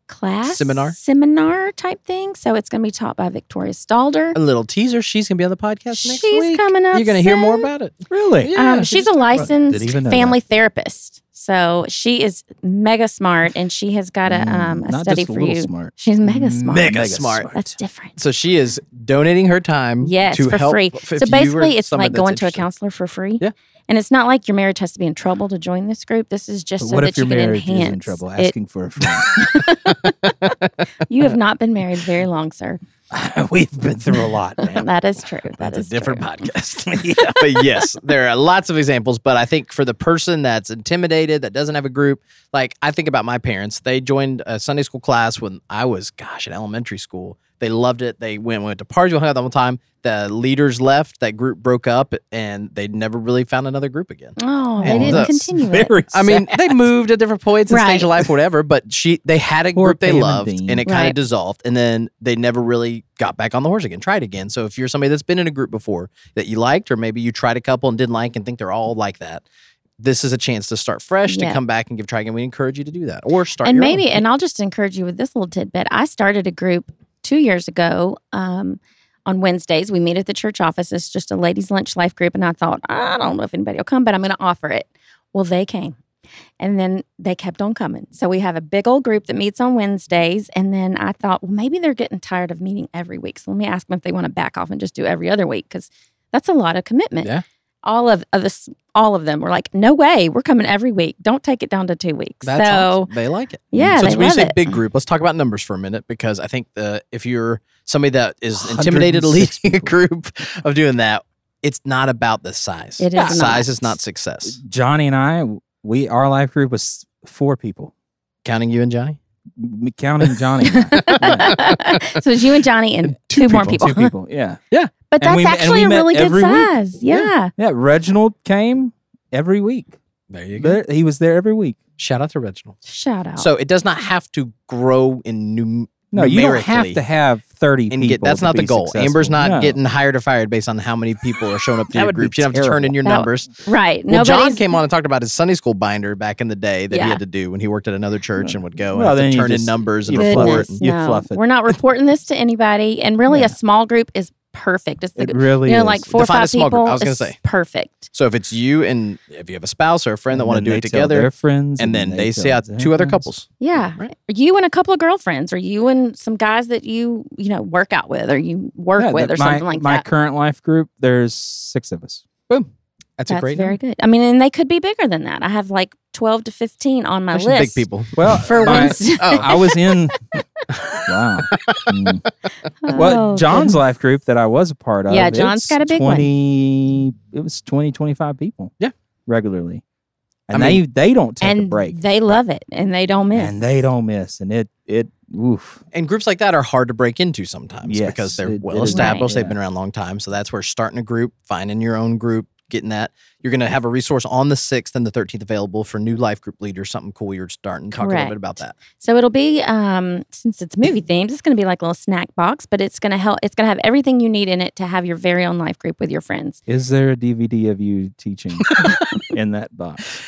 Speaker 4: class
Speaker 1: Seminar?
Speaker 4: seminar type thing. So it's going to be taught by Victoria Stalder.
Speaker 1: A little teaser. She's gonna be on the podcast next
Speaker 4: She's
Speaker 1: week.
Speaker 4: coming up
Speaker 1: You're gonna hear
Speaker 4: soon.
Speaker 1: more about it.
Speaker 2: Really?
Speaker 1: Yeah,
Speaker 4: um,
Speaker 1: she
Speaker 4: she's
Speaker 1: just talked
Speaker 4: a
Speaker 1: about it. Didn't
Speaker 4: licensed
Speaker 2: even know
Speaker 4: family therapist. So she is mega smart and she has got
Speaker 1: Mm,
Speaker 4: a, um, a
Speaker 2: Not
Speaker 4: study
Speaker 2: just a
Speaker 4: for
Speaker 2: little
Speaker 4: you.
Speaker 2: smart.
Speaker 4: She's mega smart.
Speaker 1: Mega smart.
Speaker 4: That's different.
Speaker 1: So she is donating her time.
Speaker 4: Yes,
Speaker 1: to
Speaker 4: for
Speaker 1: help
Speaker 4: free.
Speaker 1: if
Speaker 4: So
Speaker 1: you
Speaker 4: basically,
Speaker 1: were
Speaker 4: it's
Speaker 1: someone
Speaker 4: like
Speaker 1: that's
Speaker 4: going to a
Speaker 1: interested.
Speaker 4: counselor for free.
Speaker 1: Yeah.
Speaker 4: And it's not like your marriage has to be in trouble to join this group. This is just
Speaker 2: But
Speaker 4: so
Speaker 2: what
Speaker 4: that
Speaker 2: if your
Speaker 4: you can
Speaker 2: marriage
Speaker 4: enhance.
Speaker 2: is in trouble?
Speaker 4: it.
Speaker 2: Asking for a friend.
Speaker 4: you have not been married very long, sir.
Speaker 2: We've been through a lot, man.
Speaker 4: That is true. That
Speaker 2: That's a
Speaker 4: is
Speaker 2: different
Speaker 4: true.
Speaker 2: podcast. yeah.
Speaker 1: but yes, there are lots of examples. But I think for the person that's intimidated, that doesn't have a group, like I think about my parents. They joined a Sunday school class when I was, gosh, in elementary school. They loved it. They went went to parties, we hung out the whole time. The leaders left. That group broke up, and they never really found another group again.
Speaker 4: Oh, they
Speaker 1: And
Speaker 4: didn't
Speaker 1: that's
Speaker 4: continue it.
Speaker 2: Very
Speaker 1: I mean, they moved at different points in stage
Speaker 4: Right.
Speaker 1: of life, whatever. But she, they had a
Speaker 2: Poor
Speaker 1: group they
Speaker 2: Pam and
Speaker 1: loved,
Speaker 2: Dean.
Speaker 1: and, it kind of
Speaker 4: Right.
Speaker 1: dissolved. And then they never really got back on the horse again, tried again. So if you're somebody that's been in a group before that you liked, or maybe you tried a couple and didn't like, and think they're all like that, this is a chance to start fresh,
Speaker 4: Yeah.
Speaker 1: to come back and give try again. We encourage you to do that, or start
Speaker 4: and
Speaker 1: your
Speaker 4: maybe
Speaker 1: own.
Speaker 4: and i'll just encourage you with this little tidbit i started a group two years ago um, on wednesdays we meet at the church office it's just a ladies lunch life group and i thought i don't know if anybody will come but i'm going to offer it well they came and then they kept on coming so we have a big old group that meets on wednesdays and then i thought well maybe they're getting tired of meeting every week so let me ask them if they want to back off and just do every other week because that's a lot of commitment
Speaker 1: Yeah.
Speaker 4: all of, of this all of them were like no way we're coming every week don't take it down to two weeks
Speaker 1: That's
Speaker 4: so
Speaker 1: awesome. they like it.
Speaker 4: yeah,
Speaker 1: so
Speaker 4: they
Speaker 1: when you
Speaker 4: love
Speaker 1: say
Speaker 4: it.
Speaker 1: big group, let's talk about numbers for a minute because I think the if you're somebody that is intimidated leading a
Speaker 2: 106 people.
Speaker 1: group of doing that, it's not about the size.
Speaker 4: It is
Speaker 1: size
Speaker 4: not.
Speaker 1: is not success.
Speaker 2: Johnny and I, we our life group was four people,
Speaker 1: Counting you and Johnny.
Speaker 2: m- counting Johnny, and I. Yeah.
Speaker 4: so it's you and Johnny and two, more people.
Speaker 2: two people. Yeah,
Speaker 4: But
Speaker 2: And
Speaker 4: that's
Speaker 2: we- and
Speaker 4: actually
Speaker 2: we
Speaker 4: a
Speaker 2: met
Speaker 4: really good
Speaker 2: every week.
Speaker 4: size.
Speaker 2: Yeah.
Speaker 4: Yeah.
Speaker 2: yeah. Reginald came every week.
Speaker 1: There you
Speaker 2: There, he was there every week.
Speaker 1: Shout out to Reginald.
Speaker 4: Shout out.
Speaker 1: So it does not have to grow in num-
Speaker 2: No, you don't have
Speaker 1: numerically
Speaker 2: to have thirty
Speaker 1: and
Speaker 2: people.
Speaker 1: get. That's
Speaker 2: to
Speaker 1: not the
Speaker 2: be
Speaker 1: goal.
Speaker 2: successful.
Speaker 1: Amber's not
Speaker 2: No.
Speaker 1: getting hired or fired based on how many people are showing up to
Speaker 2: That
Speaker 1: your
Speaker 2: would be
Speaker 1: group. You don't have to turn in your
Speaker 4: terrible. That-
Speaker 1: numbers.
Speaker 4: right.
Speaker 1: Well, John
Speaker 4: Nobody's
Speaker 1: came on and talked about his Sunday school binder back in the day that
Speaker 4: Yeah.
Speaker 1: he had to do when he worked at another church and would go
Speaker 2: Well,
Speaker 1: and have
Speaker 2: then
Speaker 1: to
Speaker 2: you
Speaker 1: turn in
Speaker 2: just-
Speaker 1: numbers and
Speaker 2: you
Speaker 1: report.
Speaker 2: fluff
Speaker 4: goodness.
Speaker 2: it. You
Speaker 4: no.
Speaker 2: fluff it.
Speaker 4: We're not reporting this to anybody. And really
Speaker 2: Yeah.
Speaker 4: a small group is perfect. It's the
Speaker 2: It really
Speaker 4: you know
Speaker 2: is.
Speaker 4: like four or
Speaker 1: Define a
Speaker 4: five
Speaker 1: small group.
Speaker 4: people.
Speaker 1: I was gonna
Speaker 4: it's
Speaker 1: say.
Speaker 4: perfect.
Speaker 1: So if it's you and if you have a spouse or a friend that
Speaker 2: And
Speaker 1: want
Speaker 2: then
Speaker 1: to do
Speaker 2: they
Speaker 1: it
Speaker 2: tell
Speaker 1: together,
Speaker 2: their friends,
Speaker 1: and then they
Speaker 2: tell
Speaker 1: see out
Speaker 2: their
Speaker 1: two other
Speaker 2: friends.
Speaker 1: couples.
Speaker 4: Yeah.
Speaker 1: Right.
Speaker 4: You and a couple of girlfriends, or you and some guys that you you know work out with, or you work
Speaker 2: Yeah,
Speaker 4: with,
Speaker 2: the-
Speaker 4: or
Speaker 2: my,
Speaker 4: something like
Speaker 2: my
Speaker 4: that.
Speaker 2: current life group. There's six of us.
Speaker 1: Boom. That's, a
Speaker 4: That's
Speaker 1: great
Speaker 4: very
Speaker 1: number.
Speaker 4: good. I mean, and they could be bigger than that. I have like twelve to fifteen on my
Speaker 1: There's some big
Speaker 4: list
Speaker 1: people.
Speaker 2: Well,
Speaker 4: for
Speaker 2: my-
Speaker 4: Wednesday.
Speaker 1: Oh,
Speaker 2: I was in. wow. Mm. Well,
Speaker 4: Oh,
Speaker 2: John's
Speaker 4: goodness.
Speaker 2: life group that I was a part of.
Speaker 4: Yeah, John's
Speaker 2: it's
Speaker 4: got a big one.
Speaker 2: 20, It was 20, 25 people.
Speaker 1: Yeah.
Speaker 2: Regularly.
Speaker 1: I
Speaker 2: And they, they don't take
Speaker 4: and
Speaker 2: a break.
Speaker 4: They love it, and they don't miss.
Speaker 2: And they don't miss. And it, it, oof.
Speaker 1: and groups like that are hard to break into sometimes
Speaker 2: Yes,
Speaker 1: because they're
Speaker 2: it- it
Speaker 1: well
Speaker 2: is.
Speaker 1: established.
Speaker 2: Right.
Speaker 1: They've been around a long time. So that's where starting a group, finding your own group, getting that. You're going to have a resource on the 6th and the 13th available for new life group leaders, something cool you're starting. Talk a little bit
Speaker 4: Correct.
Speaker 1: about that.
Speaker 4: So it'll be um, since it's movie themed, it's going to be like a little snack box, but it's going to help. It's going to have everything you need in it to have your very own life group with your friends.
Speaker 2: Is there a DVD of you teaching in that box?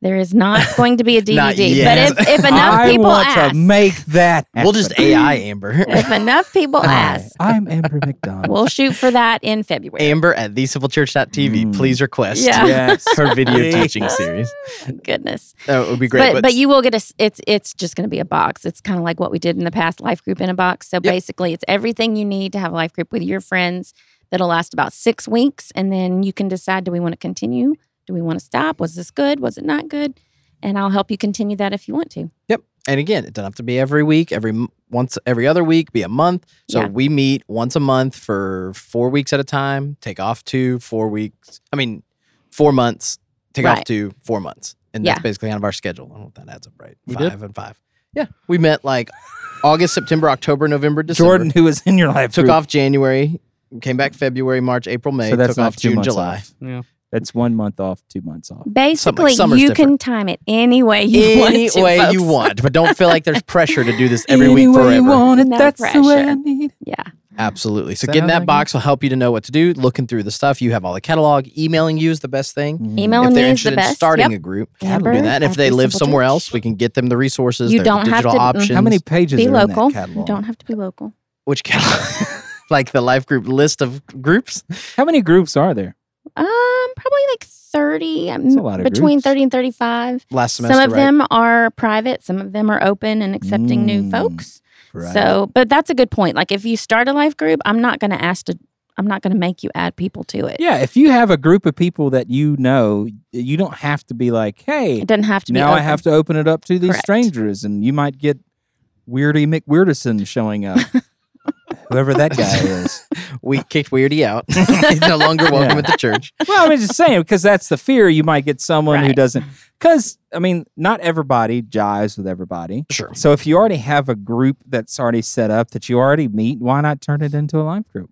Speaker 4: There is not going to be a
Speaker 1: Not
Speaker 4: DVD,
Speaker 1: yet.
Speaker 4: but if, if enough
Speaker 2: I
Speaker 4: people
Speaker 2: want
Speaker 4: ask,
Speaker 2: to make that
Speaker 1: We'll just
Speaker 2: happen.
Speaker 1: AI Amber.
Speaker 4: if enough people
Speaker 2: Hi,
Speaker 4: ask,
Speaker 2: I'm Amber McDonald.
Speaker 4: we'll shoot for that in February.
Speaker 1: Amber at thecivil.church.tv.
Speaker 2: Mm.
Speaker 1: Please request
Speaker 4: Yeah.
Speaker 2: yes.
Speaker 1: her video
Speaker 2: Please.
Speaker 1: teaching series.
Speaker 4: Goodness,
Speaker 1: That would be great.
Speaker 4: but but you will get a. s- It's it's just going to be a box. It's kind of like what we did in the past life group in a box. So basically, it's everything you need to have a life group with your friends. That'll last about six weeks, and then you can decide: do we want to continue? Do we want to stop? Was this good? Was it not good? And I'll help you continue that if you want to.
Speaker 1: and again, it doesn't have to be every week, every m- once every other week, be a month. So
Speaker 4: Yeah.
Speaker 1: we meet once a month for four weeks at a time. Take off two, four weeks. I mean, four months. Take off
Speaker 4: Right.
Speaker 1: two, four months, and
Speaker 4: Yeah.
Speaker 1: that's basically kind of our schedule. I don't know if that adds up right.
Speaker 3: We did?
Speaker 1: five and five. Yeah, we met like August, September, October, November, December.
Speaker 2: Jordan, who was in your life
Speaker 1: took
Speaker 2: group.
Speaker 1: off January, came back February, March, April, May.
Speaker 2: So that's
Speaker 1: took
Speaker 2: not
Speaker 1: off
Speaker 2: two
Speaker 1: June,
Speaker 2: months
Speaker 1: July.
Speaker 2: off.
Speaker 3: Yeah.
Speaker 2: That's one month off, two months off.
Speaker 4: Basically,
Speaker 1: summer's
Speaker 4: you can time it any way you
Speaker 1: Any
Speaker 4: want. To,
Speaker 1: way you
Speaker 4: folks.
Speaker 1: want, but don't feel like there's pressure to do this every week forever.
Speaker 4: it, No that's the way I pressure.
Speaker 2: need.
Speaker 4: Yeah.
Speaker 1: Absolutely. So
Speaker 2: that
Speaker 1: getting
Speaker 2: how
Speaker 1: that
Speaker 2: that
Speaker 1: box will help you to know what to do. Looking through the stuff, you have all the catalog. Emailing you is the best thing.
Speaker 4: Emailing
Speaker 1: if
Speaker 4: me
Speaker 1: they're
Speaker 4: is
Speaker 1: interested
Speaker 4: the
Speaker 1: in
Speaker 4: best.
Speaker 1: starting
Speaker 4: yep.
Speaker 1: a group,
Speaker 4: Amber
Speaker 1: do that. And if
Speaker 4: at
Speaker 1: they
Speaker 4: the
Speaker 1: live
Speaker 4: Simple
Speaker 1: somewhere
Speaker 4: Church.
Speaker 1: else, we can get them the resources.
Speaker 4: You
Speaker 1: there's the
Speaker 4: don't have
Speaker 1: digital
Speaker 4: to- mm.
Speaker 1: options.
Speaker 2: How many pages
Speaker 4: be
Speaker 2: are
Speaker 4: local.
Speaker 2: in that
Speaker 4: You
Speaker 2: catalog?
Speaker 4: don't have to be local.
Speaker 1: Which catalog? like the life group list of groups.
Speaker 2: How many groups are there?
Speaker 4: Um, probably like thirty. um,
Speaker 2: That's a lot of
Speaker 4: between
Speaker 2: groups.
Speaker 4: thirty and thirty-five.
Speaker 1: Last
Speaker 4: Some
Speaker 1: semester,
Speaker 4: of
Speaker 1: right?
Speaker 4: them are private. Some of them are open and accepting new
Speaker 2: Mm,
Speaker 4: folks. So, but that's a good point. Like, if you start a life group, I'm not going to ask to. I'm not going to make you add people to it.
Speaker 2: yeah, if you have a group of people that you know, you don't have to be like, hey,
Speaker 4: It doesn't have to be.
Speaker 2: now I
Speaker 4: open.
Speaker 2: have to open it up to these
Speaker 4: Correct.
Speaker 2: strangers, and you might get Weirdy McWeirderson showing up, whoever that guy is.
Speaker 1: we kicked Weirdy out. He's no longer welcome
Speaker 2: Yeah.
Speaker 1: at the church.
Speaker 2: Well, I'm just saying because that's the fear. You might get someone who
Speaker 4: Right.
Speaker 2: doesn't. Because I mean, not everybody jives with everybody.
Speaker 1: Sure.
Speaker 2: So if you already have a group that's already set up that you already meet, why not turn it into a life group?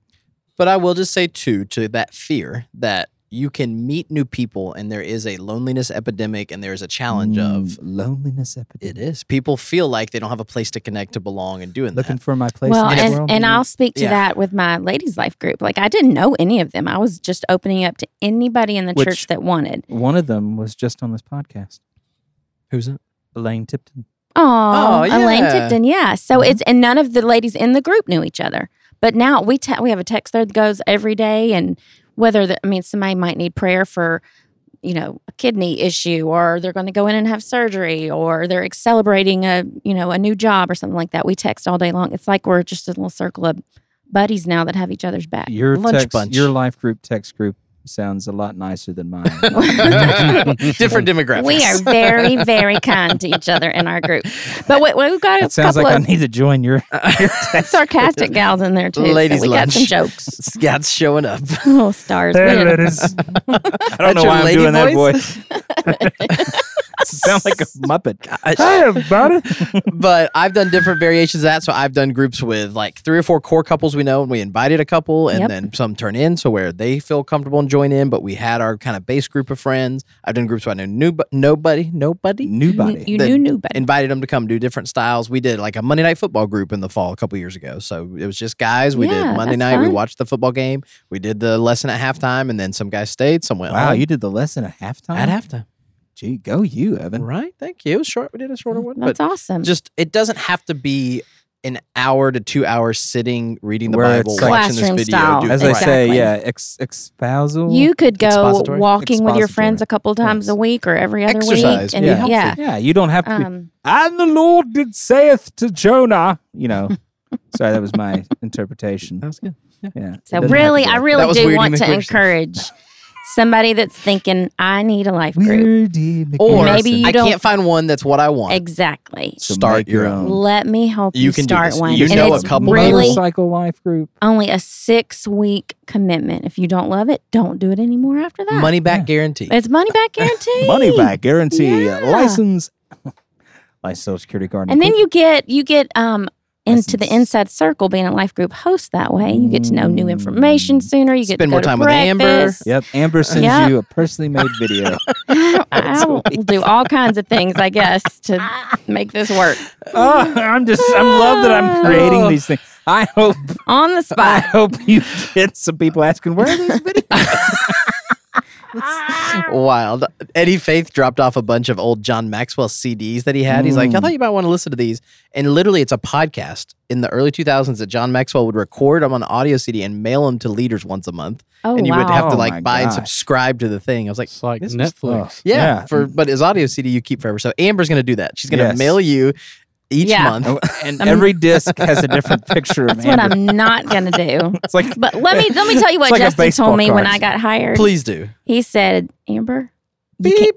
Speaker 1: But I will just say too to that fear that you can meet new people and there is a loneliness epidemic and there is a challenge of
Speaker 2: Mm, loneliness
Speaker 1: It
Speaker 2: epidemic.
Speaker 1: is. People feel like they don't have a place to connect, to belong, and doing
Speaker 2: Looking
Speaker 1: that.
Speaker 2: for my place.
Speaker 4: Well,
Speaker 2: in the
Speaker 4: and,
Speaker 2: world.
Speaker 4: and I'll speak to
Speaker 1: Yeah.
Speaker 4: that with my ladies' life group. Like, I didn't know any of them. I was just opening up to anybody in the
Speaker 2: Which-
Speaker 4: church that wanted.
Speaker 2: One of them was just on this podcast,
Speaker 1: Who's it?
Speaker 2: Elaine Tipton.
Speaker 4: Oh, Elaine
Speaker 1: yeah. Mm-hmm.
Speaker 4: Tipton, yeah. So it's and none of the ladies in the group knew each other, but now we te- we have a text thread that goes every day, and whether the, I mean somebody might need prayer for, you know, a kidney issue, or they're going to go in and have surgery, or they're ex- celebrating a you know a new job or something like that. We text all day long. It's like we're just a little circle of buddies now that have each other's back.
Speaker 2: Your
Speaker 1: Lunch
Speaker 2: text,
Speaker 1: bunch.
Speaker 2: your life group text group sounds a lot nicer than mine.
Speaker 1: Different demographics.
Speaker 4: We are very, very kind to each other in our group, but we, we've got a
Speaker 2: it sounds
Speaker 4: couple
Speaker 2: like I
Speaker 4: of
Speaker 2: need to join your.
Speaker 4: sarcastic gals in there too. so
Speaker 1: Ladies'
Speaker 4: we got some
Speaker 1: lunch.
Speaker 4: jokes.
Speaker 1: Scott's showing up.
Speaker 4: Oh, stars. We did a-
Speaker 2: is. I
Speaker 1: That's
Speaker 2: don't know
Speaker 1: your
Speaker 2: why I'm
Speaker 1: lady
Speaker 2: doing that
Speaker 1: voice?
Speaker 2: voice. Sound like a muppet.
Speaker 1: I-
Speaker 2: Hey, everybody.
Speaker 1: but I've done different variations of that. So I've done groups with like three or four core couples we know, and we invited a couple, and
Speaker 4: Yep.
Speaker 1: then some turn in, so where they feel comfortable and join in. But we had our kind of base group of friends. I've done groups where I know new, nobody, nobody,
Speaker 2: Nobody.
Speaker 4: You
Speaker 1: that
Speaker 4: knew nobody.
Speaker 1: invited them to come do different styles. We did like a Monday night football group in the fall a couple years ago. So it was just guys. We
Speaker 4: Yeah,
Speaker 1: did Monday
Speaker 4: that's
Speaker 1: night. We
Speaker 4: fun.
Speaker 1: watched the football game. We did the lesson at halftime, and then some guys stayed. Some went.
Speaker 2: Wow,
Speaker 1: home.
Speaker 2: you did the lesson at halftime.
Speaker 1: at halftime,
Speaker 2: Gee, go you, Evan.
Speaker 1: right? Thank you. It was short. We did a shorter one,
Speaker 4: Mm, That's
Speaker 1: but
Speaker 4: awesome.
Speaker 1: just it doesn't have to be an hour to two hours sitting, reading the
Speaker 2: Where
Speaker 1: Bible,
Speaker 2: it's like-
Speaker 1: watching this
Speaker 4: Classroom
Speaker 1: video.
Speaker 4: style.
Speaker 1: doing-
Speaker 2: As
Speaker 1: right.
Speaker 2: they say,
Speaker 4: Exactly.
Speaker 2: yeah, ex- expousal.
Speaker 4: You could go
Speaker 1: Expository?
Speaker 4: walking with your friends
Speaker 2: Expository.
Speaker 4: a couple times
Speaker 2: Yes.
Speaker 4: a week or every other
Speaker 1: Exercise
Speaker 4: week. And
Speaker 2: would be
Speaker 4: yeah.
Speaker 1: helpful.
Speaker 4: yeah.
Speaker 2: yeah, you don't have to. be,
Speaker 4: Um,
Speaker 2: and the Lord did saith to Jonah. You know, sorry, that was my interpretation.
Speaker 1: was good.
Speaker 2: Yeah.
Speaker 4: so
Speaker 2: It doesn't have
Speaker 4: really,
Speaker 2: to be
Speaker 4: I
Speaker 2: like
Speaker 1: That
Speaker 4: really
Speaker 1: was
Speaker 4: do
Speaker 1: Weird
Speaker 4: want
Speaker 1: Al
Speaker 4: to
Speaker 1: McPherson.
Speaker 4: encourage somebody that's thinking, I need a life group.
Speaker 2: Weirdy
Speaker 1: Or
Speaker 4: Maybe you
Speaker 1: I
Speaker 4: don't-
Speaker 1: can't find one that's what I want.
Speaker 4: Exactly.
Speaker 2: So
Speaker 1: Start
Speaker 2: make
Speaker 1: your own.
Speaker 4: Let me help
Speaker 1: You
Speaker 4: you,
Speaker 1: can do
Speaker 4: start
Speaker 1: this.
Speaker 4: one.
Speaker 1: You
Speaker 4: and
Speaker 1: know a
Speaker 4: it's
Speaker 1: couple
Speaker 4: really
Speaker 1: people.
Speaker 2: motorcycle life group.
Speaker 4: only a six week commitment. If you don't love it, don't do it anymore after that.
Speaker 1: Money back
Speaker 2: Yeah.
Speaker 1: guarantee.
Speaker 4: It's money back guarantee.
Speaker 2: Money back guarantee.
Speaker 4: Yeah.
Speaker 2: License. License, social security card.
Speaker 4: And then you get you get um into the
Speaker 2: License.
Speaker 4: inside circle being a life group host that way. You get to know new information sooner. You get
Speaker 1: Mm. Spend
Speaker 4: to
Speaker 1: more
Speaker 4: go to
Speaker 1: time with Amber.
Speaker 4: breakfast.
Speaker 2: Yep. Amber sends
Speaker 4: Yep.
Speaker 2: you a personally made video.
Speaker 4: I will do all kinds of things, I guess, to make this work
Speaker 2: oh, I'm just. I'm love that I'm creating these things. I hope.
Speaker 4: on the
Speaker 2: I
Speaker 4: spot.
Speaker 2: hope you get some people asking where are these videos.
Speaker 1: Oh, Wild. Eddie Faith dropped off a bunch of old John Maxwell CDs that he had. He's like, I
Speaker 2: Mm.
Speaker 1: thought you might want to listen to these. And literally, it's a podcast in the early 2000s that John Maxwell would record them on audio CD and mail them to leaders once a month.
Speaker 4: Oh
Speaker 1: and you
Speaker 4: wow!
Speaker 1: would have to
Speaker 2: Oh
Speaker 1: like
Speaker 2: my
Speaker 1: buy and
Speaker 2: gosh.
Speaker 1: subscribe to the thing. I was like,
Speaker 3: It's like
Speaker 2: This is-
Speaker 3: Netflix.
Speaker 1: yeah,
Speaker 2: Yeah.
Speaker 1: for but his audio CD you keep forever. So Amber's gonna do that. She's gonna
Speaker 2: Yes.
Speaker 1: mail you each
Speaker 4: Yeah.
Speaker 1: month.
Speaker 2: Oh, and every disc has a different picture of
Speaker 4: That's what
Speaker 2: Amber.
Speaker 4: I'm not gonna do.
Speaker 2: It's like
Speaker 4: But let me let me tell
Speaker 2: It's
Speaker 4: you what
Speaker 2: like a
Speaker 4: Justin
Speaker 2: baseball
Speaker 4: told me when
Speaker 2: card.
Speaker 4: I got hired.
Speaker 1: Please do.
Speaker 4: He said, Amber, you
Speaker 2: beep.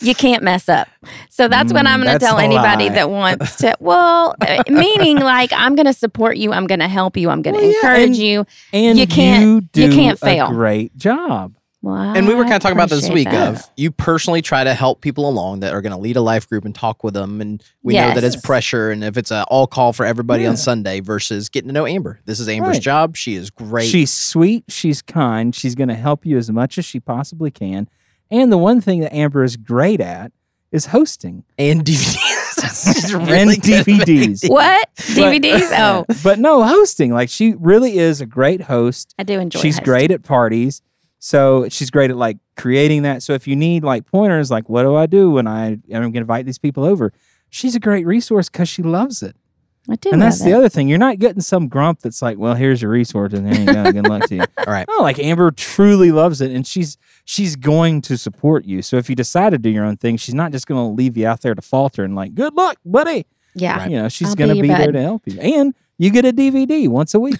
Speaker 4: you can't mess up. So that's what
Speaker 2: Mm,
Speaker 4: I'm going to
Speaker 2: that's
Speaker 4: tell
Speaker 2: a
Speaker 4: anybody
Speaker 2: lie.
Speaker 4: that wants to. Well, uh, meaning like I'm going to support you. I'm going to help you. I'm going to
Speaker 2: Well, yeah,
Speaker 4: encourage
Speaker 2: and-
Speaker 4: you.
Speaker 2: And
Speaker 4: You can't-
Speaker 2: You, do
Speaker 4: you can't
Speaker 2: a
Speaker 4: fail.
Speaker 2: great job.
Speaker 4: Well,
Speaker 1: And we were
Speaker 4: I
Speaker 1: kind of talking about this week
Speaker 4: appreciate that.
Speaker 1: of you personally try to help people along that are going to lead a life group and talk with them. And we know that it's
Speaker 4: Yes.
Speaker 1: pressure. And if it's an all call for everybody
Speaker 2: Yeah.
Speaker 1: on Sunday versus getting to know Amber, this is Amber's
Speaker 2: Right.
Speaker 1: job. She is great.
Speaker 2: She's sweet. She's kind. She's going to help you as much as she possibly can. And the one thing that Amber is great at is hosting
Speaker 1: and DVDs. She's
Speaker 2: And
Speaker 1: really good at making
Speaker 2: DVDs.
Speaker 1: DVDs.
Speaker 4: What DVDs? Oh,
Speaker 2: but no hosting. Like she really is a great host.
Speaker 4: I do enjoy.
Speaker 2: she's
Speaker 4: hosting.
Speaker 2: great at parties. So she's great at like creating that. So if you need like pointers, like what do I do when I am going to invite these people over? She's a great resource because she loves it.
Speaker 4: I do.
Speaker 2: and that's
Speaker 4: love
Speaker 2: the
Speaker 4: it.
Speaker 2: other thing. You're not getting some grump that's like, well, here's your resource and there you go. Good luck to you.
Speaker 1: All right.
Speaker 2: No, like Amber truly loves it and she's she's going to support you. So if you decide to do your own thing, she's not just gonna leave you out there to falter and like, good luck, buddy.
Speaker 4: Yeah.
Speaker 1: Right.
Speaker 2: You know, she's
Speaker 4: I'll be
Speaker 2: gonna be,
Speaker 4: your
Speaker 2: there
Speaker 4: bud.
Speaker 2: to help you. And you get a DVD once a week.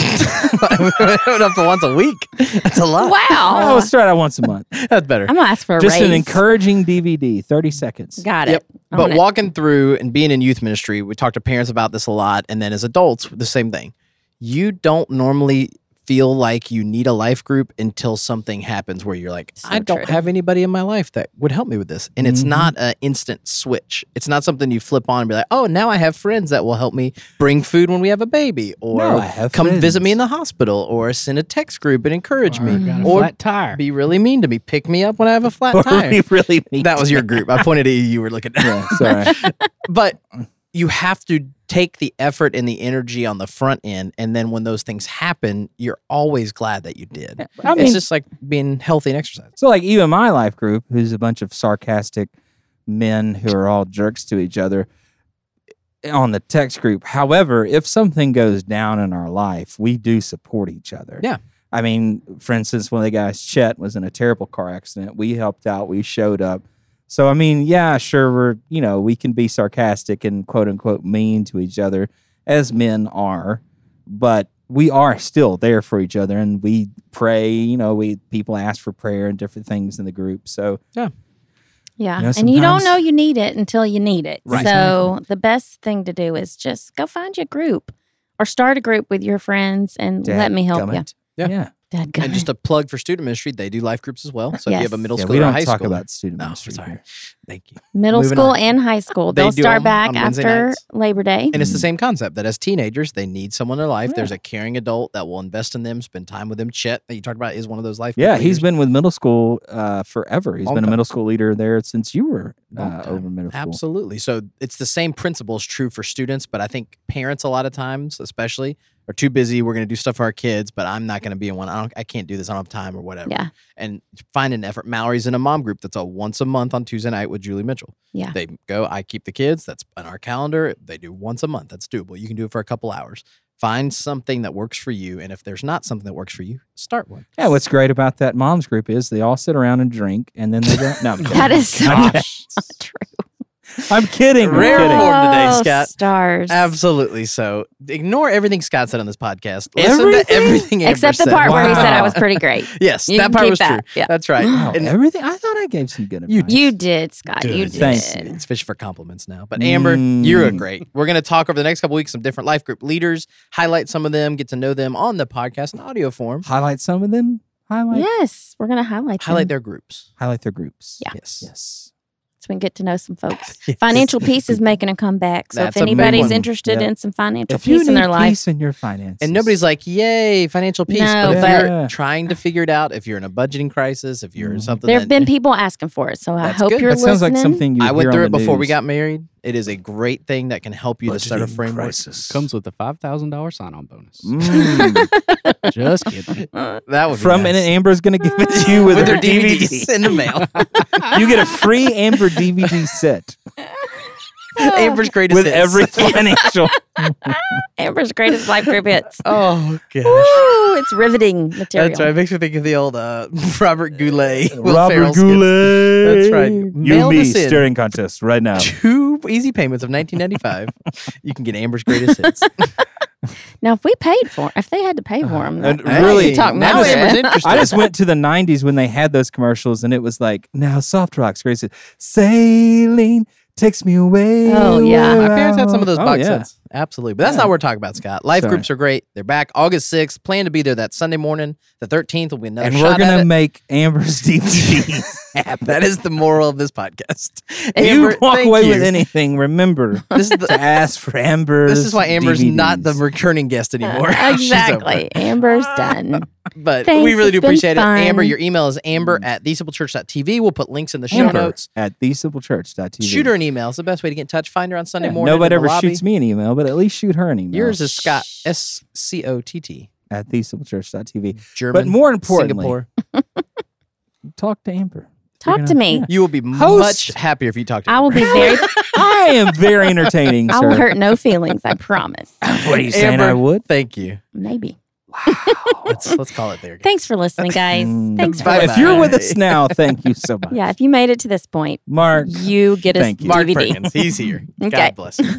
Speaker 1: Up to once a week. That's a lot.
Speaker 2: oh,
Speaker 4: Wow.
Speaker 2: let's try that once a month.
Speaker 1: That's better.
Speaker 4: I'm gonna ask for a
Speaker 2: Just
Speaker 4: raise.
Speaker 2: an encouraging DVD, 30 seconds.
Speaker 4: Got it.
Speaker 1: Yep.
Speaker 4: I
Speaker 1: But
Speaker 4: want it.
Speaker 1: walking through and being in youth ministry, we talk to parents about this a lot. And then as adults, the same thing. You don't normally feel like you need a life group until something happens where you're like,
Speaker 4: So
Speaker 1: I don't
Speaker 4: true.
Speaker 1: have anybody in my life that would help me with this. And it's
Speaker 2: Mhm.
Speaker 1: not an instant switch. It's not something you flip on and be like, oh, now I have friends that will help me bring food when we have a baby or
Speaker 2: No, I have
Speaker 1: come visit me in
Speaker 2: friends.
Speaker 1: the hospital or send a text group and encourage
Speaker 3: Or
Speaker 1: me
Speaker 3: got a
Speaker 1: or
Speaker 3: flat tire.
Speaker 1: be really mean to me. Pick me up when I have a flat tire.
Speaker 2: we really need
Speaker 1: That was your group. I pointed at you. You were looking.
Speaker 2: Yeah, sorry.
Speaker 1: but you have to take the effort and the energy on the front end and then when those things happen you're always glad that you did
Speaker 2: I mean,
Speaker 1: it's just like being healthy and exercise
Speaker 2: So, like, even my life group, who's a bunch of sarcastic men who are all jerks to each other on the text group. However, if something goes down in our life, we do support each other.
Speaker 1: Yeah.
Speaker 2: I mean, for instance, one of the guys, Chet, was in a terrible car accident. We helped out, we showed up. So, I mean, yeah, sure, we're, you know, we can be sarcastic and quote unquote mean to each other as men are, but we are still there for each other and we pray, you know, we people ask for prayer and different things in the group. So,
Speaker 4: Yeah.
Speaker 2: You know,
Speaker 4: and you don't
Speaker 2: sometimes-
Speaker 4: know you need it until you need it.
Speaker 2: Right.
Speaker 4: So the best thing to do is just go find your group or start a group with your friends and let me help you.
Speaker 2: dadgummit. Yeah. yeah.
Speaker 4: Dad
Speaker 1: and just a plug for student ministry they do life groups as well so if you have a
Speaker 4: Yes.
Speaker 1: middle school
Speaker 2: we
Speaker 1: or
Speaker 2: don't
Speaker 1: high
Speaker 2: talk
Speaker 1: school
Speaker 2: about student
Speaker 1: No,
Speaker 2: ministry
Speaker 1: sorry.
Speaker 2: here.
Speaker 1: thank you
Speaker 4: middle
Speaker 1: moving
Speaker 4: school
Speaker 1: on.
Speaker 4: and high school.
Speaker 1: They
Speaker 4: They'll
Speaker 1: do
Speaker 4: start
Speaker 1: them
Speaker 4: back
Speaker 1: on Wednesday
Speaker 4: after
Speaker 1: nights.
Speaker 4: Labor Day.
Speaker 1: and it's the same concept that as teenagers they need someone in their life
Speaker 2: Hmm. Yeah.
Speaker 1: there's a caring adult that will invest in them spend time with them chet that you talked about is one of those life
Speaker 2: Yeah,
Speaker 1: he's
Speaker 2: he's been with middle school uh, forever. He's
Speaker 1: Long
Speaker 2: been a
Speaker 1: time.
Speaker 2: middle school leader there since you were
Speaker 1: Long
Speaker 2: uh,
Speaker 1: time.
Speaker 2: over middle school.
Speaker 1: Absolutely. So it's the same principles true for students, but I think parents a lot of times, especially, are too busy. We're going to do stuff for our kids, but I'm not going to be in one. I don't. I can't do this. I don't have time or whatever.
Speaker 4: Yeah.
Speaker 1: And find an effort. Mallory's in a mom group that's a once a month on Tuesday night with Julie Mitchell.
Speaker 4: Yeah.
Speaker 1: They go. I keep the kids. That's on our calendar. They do once a month. That's doable. You can do it for a couple hours. Find something that works for you, and if there's not something that works for you, start one.
Speaker 2: Yeah, what's great about that mom's group is they all sit around and drink, and then they don't. No, I'm kidding.
Speaker 4: That is not
Speaker 2: Gosh.
Speaker 4: true.
Speaker 2: I'm kidding. I'm
Speaker 1: Rare
Speaker 2: kidding.
Speaker 1: form today,
Speaker 4: Oh,
Speaker 1: Scott.
Speaker 4: Stars.
Speaker 1: Absolutely. So ignore everything Scott said on this podcast. Listen to
Speaker 2: Everything?
Speaker 1: everything Amber
Speaker 4: Except the
Speaker 1: said.
Speaker 4: part where he said I
Speaker 2: Wow.
Speaker 4: was pretty great.
Speaker 1: Yes,
Speaker 4: You
Speaker 1: that
Speaker 4: can
Speaker 1: part
Speaker 4: keep
Speaker 1: was
Speaker 4: that.
Speaker 1: true.
Speaker 4: Yeah.
Speaker 1: That's right.
Speaker 2: Wow,
Speaker 1: And
Speaker 2: everything. I thought I gave some good advice.
Speaker 1: You
Speaker 4: You did, Scott. You
Speaker 1: Good.
Speaker 4: did.
Speaker 2: Thank you. Mm.
Speaker 1: it's fish for compliments now. But Amber, you're a great. We're going to talk over the next couple weeks some different life group leaders, highlight some of them, get to know them on the podcast in audio form,
Speaker 2: highlight some of them. Highlight.
Speaker 4: Yes, we're gonna highlight
Speaker 1: highlight
Speaker 4: them.
Speaker 1: their groups.
Speaker 2: Highlight their groups.
Speaker 4: Yeah.
Speaker 1: Yes.
Speaker 2: Yes.
Speaker 4: so we can get to know some folks. Financial peace is making a comeback. So
Speaker 1: That's a
Speaker 4: if
Speaker 1: big
Speaker 4: anybody's
Speaker 1: one.
Speaker 4: interested
Speaker 2: Yeah.
Speaker 4: in some financial
Speaker 2: If you need
Speaker 4: peace in their life,
Speaker 2: peace in your finances,
Speaker 1: And nobody's like, yay, financial peace.
Speaker 4: No,
Speaker 1: but if
Speaker 2: but-
Speaker 1: you're
Speaker 2: Yeah.
Speaker 1: trying to figure it out, if you're in a budgeting crisis, if you're in
Speaker 2: Mhm.
Speaker 1: something
Speaker 4: Mm. there
Speaker 1: that-
Speaker 4: have been people asking for it. So I
Speaker 1: That's
Speaker 4: hope
Speaker 1: good.
Speaker 4: you're
Speaker 2: That sounds
Speaker 4: listening.
Speaker 2: like something you.
Speaker 1: I went
Speaker 2: hear
Speaker 1: through
Speaker 2: on
Speaker 1: it
Speaker 2: the
Speaker 1: before we
Speaker 2: news.
Speaker 1: got married. It is a great thing that can help you to start a
Speaker 2: Budgeting
Speaker 1: framework.
Speaker 2: crisis.
Speaker 3: Comes with a $5,000 sign on bonus.
Speaker 2: Mm.
Speaker 3: Just kidding.
Speaker 1: That would be
Speaker 2: From
Speaker 1: nice.
Speaker 2: and Amber's going to give it to you with,
Speaker 1: with their
Speaker 2: her DVD.
Speaker 1: DVDs in the mail.
Speaker 2: You get a free Amber DVD set
Speaker 1: Amber's greatest
Speaker 2: with
Speaker 1: hits.
Speaker 2: every financial.
Speaker 4: Amber's greatest life group hits.
Speaker 1: Oh gosh.
Speaker 4: Woo! It's riveting material.
Speaker 1: That's right. Makes me think of the old uh, Robert Goulet. Will Ferrell
Speaker 2: Uh, Robert
Speaker 1: skit.
Speaker 2: Goulet.
Speaker 1: That's right.
Speaker 2: You
Speaker 1: Mail
Speaker 2: and me
Speaker 1: this in.
Speaker 2: staring contest right now.
Speaker 1: Two easy payments of 1995. you can get Amber's greatest hits.
Speaker 4: Now, if we paid for, if they had to pay for them,
Speaker 2: Uh-huh. And
Speaker 4: that-
Speaker 2: really,
Speaker 4: you talk
Speaker 1: now
Speaker 4: Mallory.
Speaker 1: Amber's interested.
Speaker 2: I just went to the 90s when they had those commercials and it was like, now soft rocks, Grace. Sailing takes me away.
Speaker 4: Oh, yeah.
Speaker 1: My
Speaker 2: where
Speaker 1: parents had some of those
Speaker 2: I-
Speaker 1: box
Speaker 2: oh, yeah.
Speaker 1: sets. Absolutely. But that's
Speaker 2: Yeah.
Speaker 1: not what we're talking about, Scott. Life
Speaker 2: Sorry.
Speaker 1: groups are great. They're back August 6th. Plan to be there that Sunday morning. The 13th will be another
Speaker 2: And
Speaker 1: shot
Speaker 2: we're
Speaker 1: at
Speaker 2: going to
Speaker 1: it.
Speaker 2: make Amber's DVD.
Speaker 1: That is the moral of this podcast.
Speaker 2: you
Speaker 1: Amber,
Speaker 2: walk
Speaker 1: thank
Speaker 2: away
Speaker 1: you.
Speaker 2: with anything, remember
Speaker 1: This is,
Speaker 2: to
Speaker 1: the,
Speaker 2: ask for Amber's
Speaker 1: this is why Amber's not the
Speaker 2: DVDs.
Speaker 1: recurring guest anymore. She's over.
Speaker 4: exactly. Amber's done.
Speaker 1: But
Speaker 4: Thanks,
Speaker 1: we really
Speaker 4: it's
Speaker 1: do
Speaker 4: been
Speaker 1: appreciate
Speaker 4: fun.
Speaker 1: it. Amber, your email is
Speaker 2: Mm.
Speaker 1: amber at thesimplechurch.tv. We'll put links in the show
Speaker 2: Amber
Speaker 1: notes.
Speaker 2: at thesimplechurch.tv.
Speaker 1: Shoot her an email. It's the best way to get in touch. Find her on Sunday
Speaker 2: Yeah,
Speaker 1: morning. in
Speaker 2: Nobody
Speaker 1: the
Speaker 2: ever
Speaker 1: lobby.
Speaker 2: shoots me an email, but at least shoot her an email.
Speaker 1: Yours is Scott, S C O T T.
Speaker 2: at thesimplechurch.tv.
Speaker 1: German.
Speaker 2: But more importantly-
Speaker 1: Singapore.
Speaker 2: Talk to Amber.
Speaker 4: Talk to me.
Speaker 1: You will be
Speaker 2: Host.
Speaker 1: much happier if you talk to
Speaker 4: I will
Speaker 1: Amber.
Speaker 4: be very.
Speaker 2: I am very entertaining,
Speaker 4: I
Speaker 2: sir.
Speaker 4: will hurt no feelings. I promise.
Speaker 2: What are you saying?
Speaker 1: Amber.
Speaker 2: I would.
Speaker 1: Thank you.
Speaker 4: Maybe.
Speaker 1: Let's, let's call it there.
Speaker 4: Thanks for listening, guys.
Speaker 2: Mm.
Speaker 4: Thanks for
Speaker 1: Bye-bye.
Speaker 2: if you're with us now, thank you so much.
Speaker 4: Yeah, if you made it to this point,
Speaker 2: Mark.
Speaker 4: you get a
Speaker 2: Thank you.
Speaker 1: Mark
Speaker 4: DVD.
Speaker 1: Perkins. He's here.
Speaker 4: Okay.
Speaker 1: God bless you.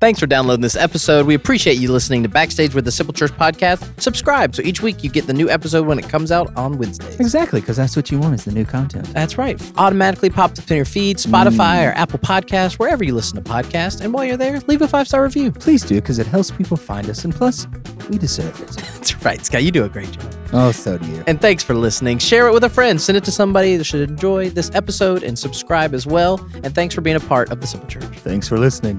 Speaker 1: Thanks for downloading this episode. We appreciate you listening to Backstage with the Simple Church podcast. Subscribe so each week you get the new episode when it comes out on Wednesdays.
Speaker 2: Exactly, because that's what you want is the new content.
Speaker 1: That's right. Automatically popped up in your feed, Spotify or Apple Podcasts, wherever you listen to podcasts. And while you're there, leave a five star review.
Speaker 2: Please do, because it helps people find us, and plus, we deserve it.
Speaker 1: That's right, Scott. You do a great job.
Speaker 2: Oh, so do you.
Speaker 1: And thanks for listening. Share it with a friend. Send it to somebody that should enjoy this episode and subscribe as well. And thanks for being a part of the Simple Church.
Speaker 2: Thanks for listening.